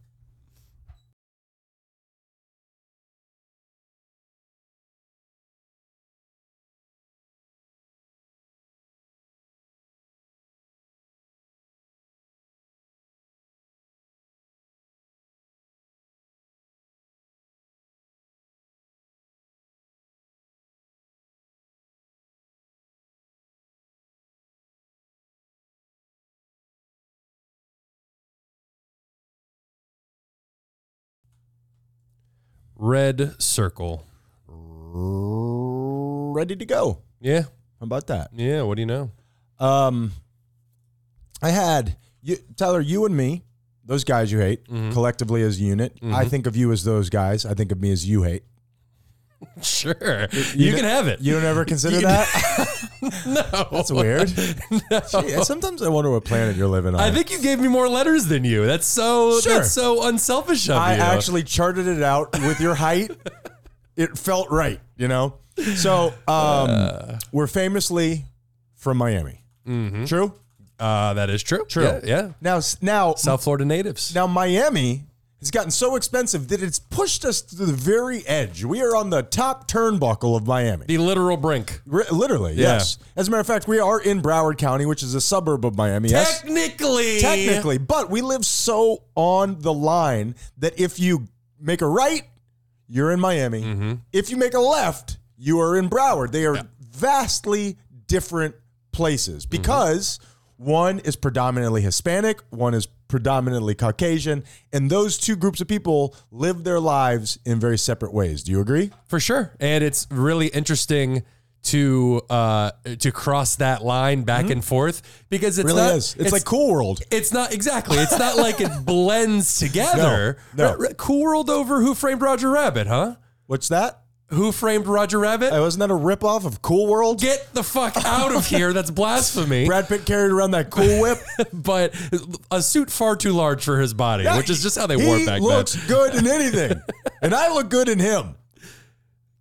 Speaker 3: Red circle.
Speaker 1: Ready to go.
Speaker 3: Yeah.
Speaker 1: How about that?
Speaker 3: Yeah. What do you know?
Speaker 1: Um, I had you, Tyler, you and me, those guys you hate
Speaker 3: Mm-hmm.
Speaker 1: collectively as a unit. I think of you as those guys. I think of me as you hate.
Speaker 3: Sure.
Speaker 1: you
Speaker 3: You,
Speaker 1: know-
Speaker 3: can have it.
Speaker 1: You don't ever consider
Speaker 3: You-
Speaker 1: that?
Speaker 3: no.
Speaker 1: That's weird. Gee, sometimes I wonder what planet you're living on.
Speaker 3: I think you gave me more letters than you. That's so
Speaker 1: Sure.
Speaker 3: that's so unselfish of
Speaker 1: I
Speaker 3: you.
Speaker 1: actually charted it out with your height. it felt right, you know?
Speaker 3: Uh. Mm-hmm.
Speaker 1: So um, we're famously from Miami. True?
Speaker 3: Uh, that is true.
Speaker 1: True.
Speaker 3: Yeah. yeah.
Speaker 1: Now, s- now,
Speaker 3: South Florida natives.
Speaker 1: now Miami has gotten so expensive that it's pushed us to the very edge. We are on the top turnbuckle of Miami.
Speaker 3: The literal brink.
Speaker 1: Re- literally,
Speaker 3: Yeah.
Speaker 1: yes. As a matter of fact, we are in Broward County, which is a suburb of Miami. Yes.
Speaker 3: Technically.
Speaker 1: Technically, but we live so on the line that if you make a right, you're in Miami.
Speaker 3: Mm-hmm.
Speaker 1: If you make a left, you are in Broward. They are vastly different places
Speaker 3: Mm-hmm.
Speaker 1: because one is predominantly Hispanic, one is predominantly Caucasian, and those two groups of people live their lives in very separate ways. Do you agree?
Speaker 3: For sure. And it's really interesting to uh to cross that line back and forth because it's
Speaker 1: Mm-hmm. really
Speaker 3: not,
Speaker 1: is. It's, like Cool World.
Speaker 3: It's not exactly. It's not like it blends together.
Speaker 1: No, no.
Speaker 3: R- r- cool World over Who Framed Roger Rabbit, huh?
Speaker 1: What's that?
Speaker 3: Who Framed Roger Rabbit?
Speaker 1: Hey, wasn't that a ripoff of Cool World?
Speaker 3: Get the fuck out of here. That's blasphemy.
Speaker 1: Brad Pitt carried around that Cool Whip.
Speaker 3: but a suit far too large for his body, which is just how they
Speaker 1: he
Speaker 3: wore it back
Speaker 1: looks
Speaker 3: then.
Speaker 1: good in anything, and I look good in him.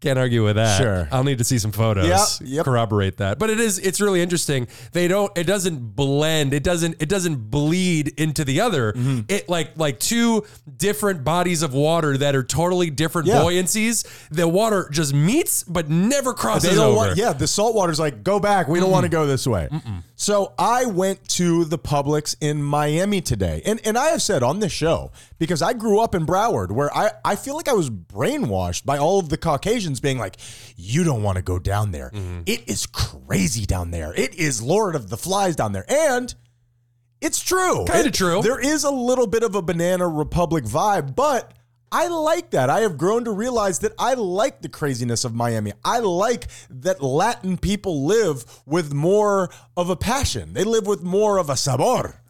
Speaker 3: Can't argue with that.
Speaker 1: Sure.
Speaker 3: I'll need to see some photos.
Speaker 1: Yep, yep.
Speaker 3: Corroborate that. But it is it's really interesting. They don't it doesn't blend. It doesn't it doesn't bleed into the other.
Speaker 1: Mm-hmm.
Speaker 3: It like like two different bodies of water that are totally different
Speaker 1: Yeah.
Speaker 3: buoyancies. The water just meets but never crosses
Speaker 1: They don't
Speaker 3: over.
Speaker 1: want, yeah, the salt water's like, go back. We don't want to go this way. So I went to the Publix in Miami today. And, and I have said on this show, because I grew up in Broward, where I, I feel like I was brainwashed by all of the Caucasians being like, you don't want to go down there.
Speaker 3: Mm-hmm.
Speaker 1: It is crazy down there. It is Lord of the Flies down there. And it's true.
Speaker 3: Kinda
Speaker 1: It-
Speaker 3: true.
Speaker 1: There is a little bit of a Banana Republic vibe, but I like that. I have grown to realize that I like the craziness of Miami. I like that Latin people live with more of a passion. They live with more of a sabor.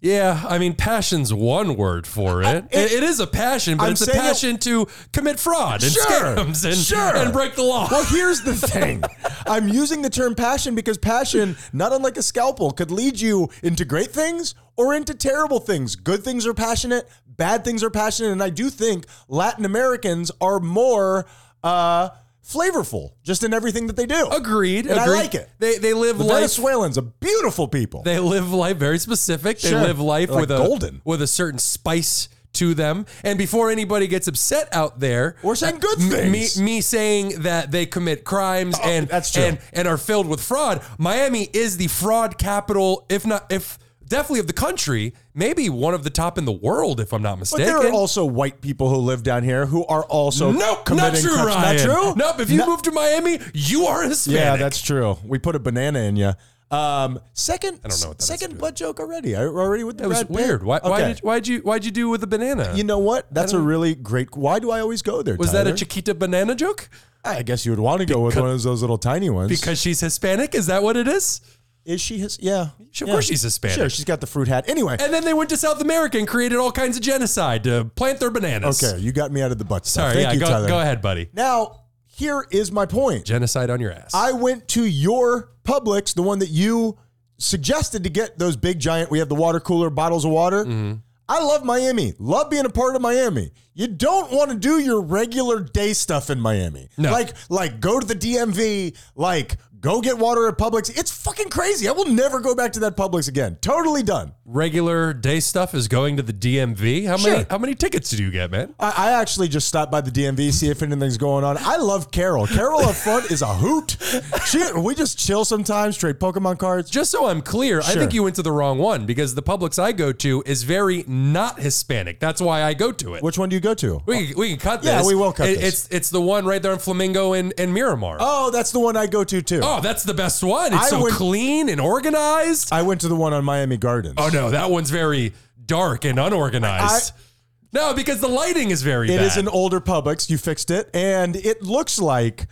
Speaker 3: Yeah, I mean, passion's one word for it. It- it is a passion, but
Speaker 1: I'm
Speaker 3: it's a
Speaker 1: saying it-
Speaker 3: passion to commit fraud and
Speaker 1: Sure,
Speaker 3: scams and,
Speaker 1: sure.
Speaker 3: and break the law.
Speaker 1: Well, here's the thing. I'm using the term passion because passion, not unlike a scalpel, could lead you into great things or into terrible things. Good things are passionate, bad things are passionate, and I do think Latin Americans are more uh, flavorful just in everything that they do.
Speaker 3: Agreed.
Speaker 1: And I
Speaker 3: agreed.
Speaker 1: like it.
Speaker 3: They they live
Speaker 1: The
Speaker 3: life.
Speaker 1: Venezuelans are beautiful people.
Speaker 3: They live life very specific. They
Speaker 1: Sure.
Speaker 3: live life
Speaker 1: They're
Speaker 3: with
Speaker 1: like
Speaker 3: a
Speaker 1: golden.
Speaker 3: with a certain spice to them. And before anybody gets upset out there,
Speaker 1: We're saying good
Speaker 3: m-
Speaker 1: things. Oh,
Speaker 3: Me, me saying that they commit crimes and
Speaker 1: that's true.
Speaker 3: and and are filled with fraud. Miami is the fraud capital, if not if definitely of the country, maybe one of the top in the world, if I'm not
Speaker 1: but
Speaker 3: mistaken.
Speaker 1: there are also white people who live down here who are also
Speaker 3: Nope,
Speaker 1: committing
Speaker 3: not true,
Speaker 1: crimes.
Speaker 3: Ryan.
Speaker 1: Not true?
Speaker 3: Nope. If you
Speaker 1: No-
Speaker 3: move to Miami, you are Hispanic.
Speaker 1: Yeah, that's true. We put a banana in you. Um, second, I
Speaker 3: don't know what that has to
Speaker 1: second
Speaker 3: do with
Speaker 1: butt joke already. I already with the
Speaker 3: that was
Speaker 1: Brad Pitt.
Speaker 3: weird. Why, why
Speaker 1: Okay.
Speaker 3: did why'd you why'd you do with a banana?
Speaker 1: you know what? That's a really great. Why do I always go there?
Speaker 3: was that a
Speaker 1: Tyler?
Speaker 3: Chiquita banana joke?
Speaker 1: I guess you would want to go with one of those little tiny ones.
Speaker 3: Because she's Hispanic? Is that what it is?
Speaker 1: is she his? Yeah,
Speaker 3: Sure, of
Speaker 1: yeah.
Speaker 3: course she's Hispanic.
Speaker 1: Sure, she's got the fruit hat. Anyway,
Speaker 3: And then they went to South America and created all kinds of genocide to plant their bananas.
Speaker 1: okay, you got me out of the butt. stuff.
Speaker 3: Sorry,
Speaker 1: Thank
Speaker 3: yeah,
Speaker 1: you,
Speaker 3: go,
Speaker 1: Tyler.
Speaker 3: go ahead, buddy.
Speaker 1: Now here is my point.
Speaker 3: Genocide on your ass.
Speaker 1: I went to your Publix, the one that you suggested to get those big giant. We have the water cooler, bottles of water.
Speaker 3: Mm-hmm.
Speaker 1: I love Miami. Love being a part of Miami. You don't want to do your regular day stuff in Miami.
Speaker 3: No.
Speaker 1: Like like go to the DMV, like go get water at Publix. It's fucking crazy. I will never go back to that Publix again. Totally done.
Speaker 3: Regular day stuff is going to the DMV. How
Speaker 1: Sure.
Speaker 3: many how many tickets did you get, man?
Speaker 1: I, I actually just stopped by the DMV, see if anything's going on. I love Carol. Carol up front is a hoot. She, we just chill sometimes, trade Pokemon cards.
Speaker 3: Just so I'm clear, I
Speaker 1: Sure.
Speaker 3: think you went to the wrong one because the Publix I go to is very not Hispanic. That's why I go to it.
Speaker 1: Which one do you go to?
Speaker 3: we, can- we can cut this.
Speaker 1: Yeah, we will cut
Speaker 3: It-
Speaker 1: this.
Speaker 3: It's it's the one right there in Flamingo and, and Miramar.
Speaker 1: Oh, that's the one I go to too.
Speaker 3: Oh, that's the best one. It's
Speaker 1: I
Speaker 3: so
Speaker 1: would-
Speaker 3: clean and organized.
Speaker 1: I went to the one on Miami Gardens.
Speaker 3: Oh no, that one's very dark and unorganized. no, because the lighting is very
Speaker 1: It
Speaker 3: bad.
Speaker 1: is an older Publix. You fixed it, and it looks like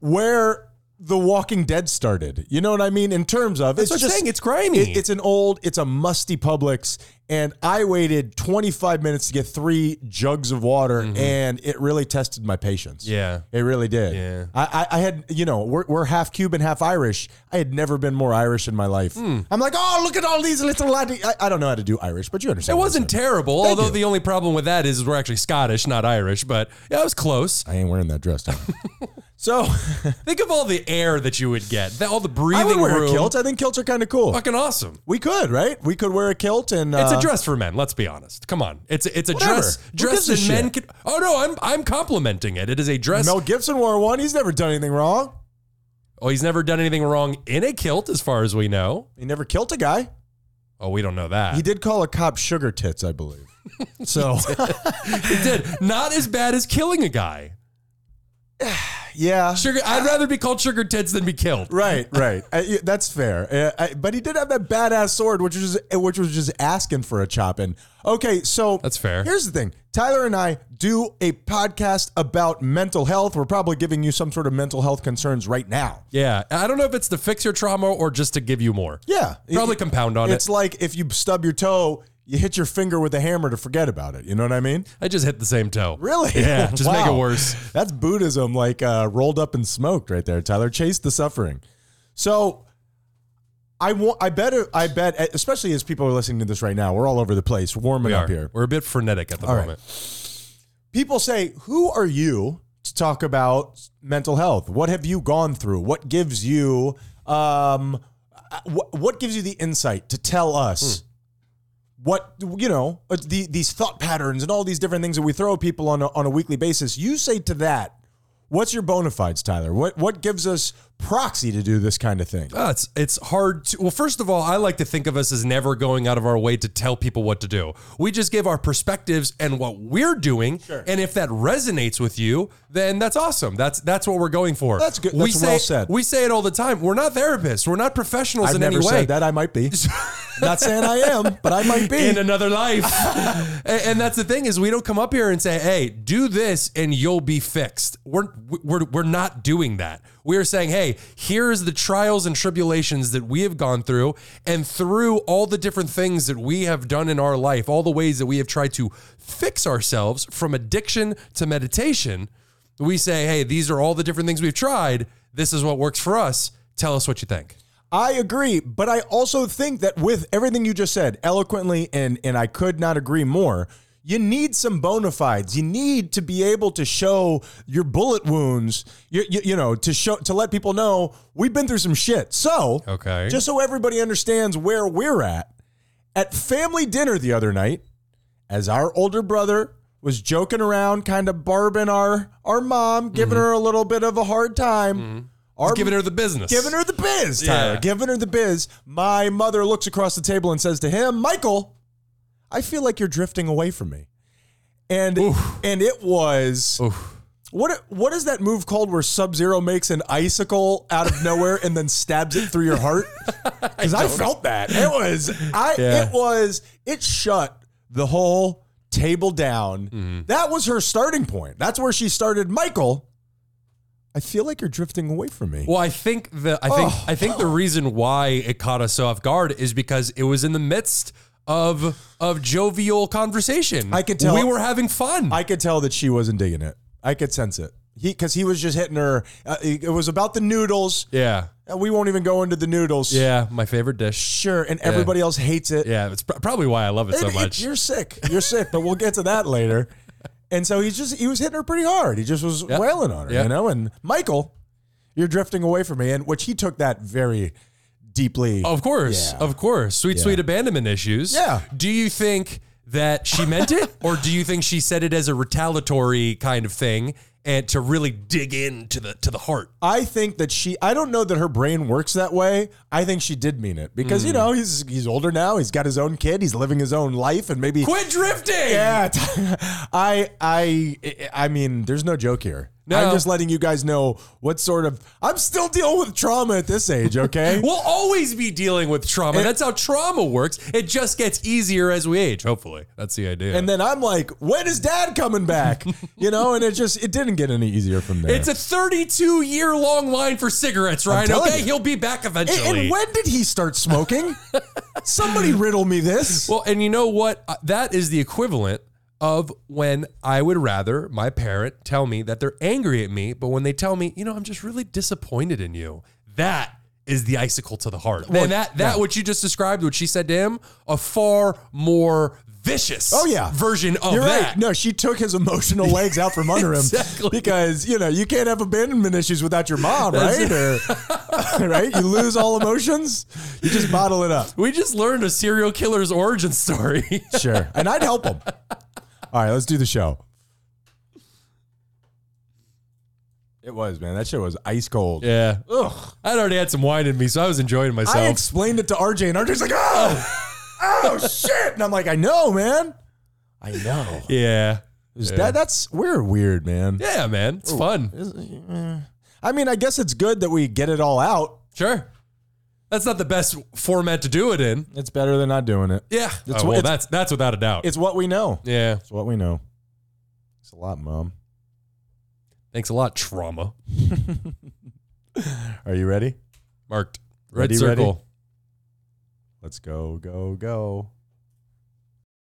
Speaker 1: where The Walking Dead started. You know what I mean? In terms of
Speaker 3: That's
Speaker 1: it's
Speaker 3: what I'm
Speaker 1: just
Speaker 3: saying. It's grimy.
Speaker 1: it- it's an old, it's a musty Publix, and I waited 25 minutes to get three jugs of water, and it really tested my patience.
Speaker 3: Mm-hmm. Yeah.
Speaker 1: it really did.
Speaker 3: Yeah.
Speaker 1: I, I, I had you know we're, we're half Cuban, half Irish. I had never been more Irish in my life.
Speaker 3: Hmm.
Speaker 1: I'm like, oh, look at all these little. Lad-. I, I don't know how to do Irish, but you
Speaker 3: it
Speaker 1: understand. what I'm
Speaker 3: wasn't
Speaker 1: saying.
Speaker 3: terrible,
Speaker 1: Thank
Speaker 3: although
Speaker 1: you.
Speaker 3: the only problem with that is we're actually Scottish, not Irish, but yeah, it was close.
Speaker 1: I ain't wearing that dress. Tyler. So
Speaker 3: Think of all the air that you would get, all the breathing
Speaker 1: I would wear
Speaker 3: room.
Speaker 1: a kilt. I think kilts are kind of cool.
Speaker 3: Fucking awesome.
Speaker 1: We could, right? We could wear a kilt and uh,
Speaker 3: It's a dress for men. Let's be honest. Come on, it's a, it's a
Speaker 1: Whatever.
Speaker 3: dress.
Speaker 1: Who
Speaker 3: Dress
Speaker 1: gives a
Speaker 3: that men
Speaker 1: shit?
Speaker 3: can. Oh no, I'm I'm complimenting it. It is a dress.
Speaker 1: Mel Gibson wore one. He's never done anything wrong.
Speaker 3: Oh, he's never done anything wrong in a kilt, as far as we know.
Speaker 1: He never killed a guy.
Speaker 3: Oh, we don't know that.
Speaker 1: He did call a cop sugar tits, I believe. So
Speaker 3: He did. Not as bad as killing a guy.
Speaker 1: yeah,
Speaker 3: Sugar. I'd rather be called sugar tits than be killed.
Speaker 1: right, right. I, yeah, that's fair. Uh, I- but he did have that badass sword, which was uh, which was just asking for a chopping. Okay, so
Speaker 3: That's fair.
Speaker 1: Here's the thing: Tyler and I do a podcast about mental health. We're probably giving you some sort of mental health concerns right now.
Speaker 3: Yeah, I don't know if it's to fix your trauma or just to give you more.
Speaker 1: Yeah,
Speaker 3: Probably
Speaker 1: It-
Speaker 3: compound on it.
Speaker 1: It's like if you stub your toe, you hit your finger with a hammer to forget about it. You know what I mean?
Speaker 3: I just hit the same toe.
Speaker 1: Really?
Speaker 3: Yeah, just make it
Speaker 1: Wow.
Speaker 3: worse.
Speaker 1: That's Buddhism, like uh, rolled up and smoked, right there, Tyler. Chase the suffering. So, I want. I bet. I bet. Especially as people are listening to this right now, we're all over the place, warming
Speaker 3: We
Speaker 1: up
Speaker 3: are.
Speaker 1: here.
Speaker 3: We're a bit frenetic at the
Speaker 1: All right.
Speaker 3: moment.
Speaker 1: People say, "Who are you to talk about mental health? What have you gone through? What gives you um, what, what gives you the insight to tell us?" What you know, uh, the, these thought patterns and all these different things that we throw at people on a, on a weekly basis. You say to that, What's your bona fides, Tyler? What what gives us proxy to do this kind of thing?
Speaker 3: Uh, it's it's hard to well first of all i like to think of us as never going out of our way to tell people what to do we just give our perspectives and what we're doing and if that resonates with you then that's awesome that's that's what we're going for
Speaker 1: That's good.
Speaker 3: we
Speaker 1: That's
Speaker 3: say,
Speaker 1: well said.
Speaker 3: we say it all the time we're not therapists we're not professionals
Speaker 1: I've
Speaker 3: in
Speaker 1: never
Speaker 3: any way
Speaker 1: said that. I might be. Not saying I am, but I might be.
Speaker 3: in another life. and, and that's the thing is we don't come up here and say, "Hey, do this and you'll be fixed." We're we're we're not doing that. We are saying, "Hey, here's the trials and tribulations that we have gone through and through all the different things that we have done in our life, all the ways that we have tried to fix ourselves from addiction to meditation, we say, "Hey, these are all the different things we've tried. This is what works for us. Tell us what you think."
Speaker 1: I agree, but I also think that with everything you just said eloquently, and and I could not agree more. You need some bona fides. You need to be able to show your bullet wounds. You, you, you know to show to let people know we've been through some shit. So
Speaker 3: Okay.
Speaker 1: just so everybody understands where we're at. At family dinner the other night, as our older brother was joking around, kind of barbing our our mom, giving her a little bit of a hard time. Our
Speaker 3: Mm-hmm. Giving her the business.
Speaker 1: Giving her the biz, Tyler.
Speaker 3: Yeah.
Speaker 1: Giving her the biz. My mother looks across the table and says to him, Michael, I feel like you're drifting away from me. And and it was what what is that move called where Sub Zero makes an icicle out of nowhere and then stabs it through your heart? Because I, felt that. It was I
Speaker 3: Yeah.
Speaker 1: it was it shut the whole table down.
Speaker 3: Mm-hmm.
Speaker 1: That was her starting point. That's where she started. Michael, I feel like you're drifting away from me.
Speaker 3: Well, I think the I think
Speaker 1: Oh.
Speaker 3: I think the reason why it caught us so off guard is because it was in the midst of of jovial conversation.
Speaker 1: I could tell-
Speaker 3: we were having fun.
Speaker 1: I could tell that she wasn't digging it. I could sense it. He because he was just hitting her. Uh, it it was about the noodles.
Speaker 3: yeah,
Speaker 1: Uh, We won't even go into the noodles.
Speaker 3: yeah, my favorite dish.
Speaker 1: sure. And everybody else hates it.
Speaker 3: Yeah, it's pr- probably why I love it
Speaker 1: It-
Speaker 3: so
Speaker 1: it-
Speaker 3: much.
Speaker 1: you're sick. You're sick. But we'll get to that later. And so he's just he was hitting her pretty hard. He just was wailing on her,
Speaker 3: Yeah.
Speaker 1: you know. And Michael, you're drifting away from me, and which he took that very deeply.
Speaker 3: Of course,
Speaker 1: Yeah.
Speaker 3: of course, sweet sweet abandonment issues.
Speaker 1: Yeah.
Speaker 3: Do you think that she meant it, or do you think she said it as a retaliatory kind of thing, and to really dig into the to the heart?
Speaker 1: I think that she. I don't know that her brain works that way. I think she did mean it because
Speaker 3: Mm.
Speaker 1: you know he's he's older now. He's got his own kid. He's living his own life, and maybe
Speaker 3: Quit drifting.
Speaker 1: Yeah, I, I, I mean, there's no joke here.
Speaker 3: No.
Speaker 1: I'm just letting you guys know what sort of. I'm still dealing with trauma at this age. Okay.
Speaker 3: We'll always be dealing with trauma. That's how trauma works. It just gets easier as we age, hopefully. That's the idea.
Speaker 1: and then I'm like, when is Dad coming back? you know, and it just it didn't get any easier from there.
Speaker 3: it's a 32 year long line for cigarettes, Ryan.
Speaker 1: telling
Speaker 3: Okay,
Speaker 1: you.
Speaker 3: he'll be back
Speaker 1: and,
Speaker 3: eventually.
Speaker 1: and when did he start smoking? Somebody riddle me this.
Speaker 3: well, and you know what? Uh, That is the equivalent of when I would rather my parent tell me that they're angry at me, but when they tell me, you know, I'm just really disappointed in you, that is the icicle to the heart. and that, that what you just described, what she said to him, a far more vicious
Speaker 1: Oh yeah,
Speaker 3: version of
Speaker 1: You're
Speaker 3: that.
Speaker 1: Right. No, she took his emotional legs out from under him
Speaker 3: Exactly.
Speaker 1: because you know you can't have abandonment issues without your mom,
Speaker 3: That's
Speaker 1: right? Or, right? You lose all emotions. You just bottle it up.
Speaker 3: We just learned a serial killer's origin story.
Speaker 1: Sure, and I'd help him. All right, let's do the show. It was man. That shit was ice cold.
Speaker 3: yeah. Ugh. I'd already had some wine in me, so I was enjoying myself.
Speaker 1: I explained it to RJ, and RJ's like, "Oh, oh shit!" And I'm like, "I know, man. I know."
Speaker 3: yeah.
Speaker 1: Is That, that's we're weird, man.
Speaker 3: Yeah, man. It's fun.
Speaker 1: I mean, I guess it's good that we get it all out.
Speaker 3: Sure. That's not the best format to do it in.
Speaker 1: It's better than not doing it.
Speaker 3: Yeah.
Speaker 1: It's-
Speaker 3: oh, well,
Speaker 1: it's-
Speaker 3: that's that's without a doubt.
Speaker 1: It's what we know.
Speaker 3: yeah.
Speaker 1: It's what we know. It's a lot, mom.
Speaker 3: Thanks a lot, trauma.
Speaker 1: Are you ready?
Speaker 3: Marked. Red
Speaker 1: Ready, ready?
Speaker 3: circle.
Speaker 1: Let's go, go, go.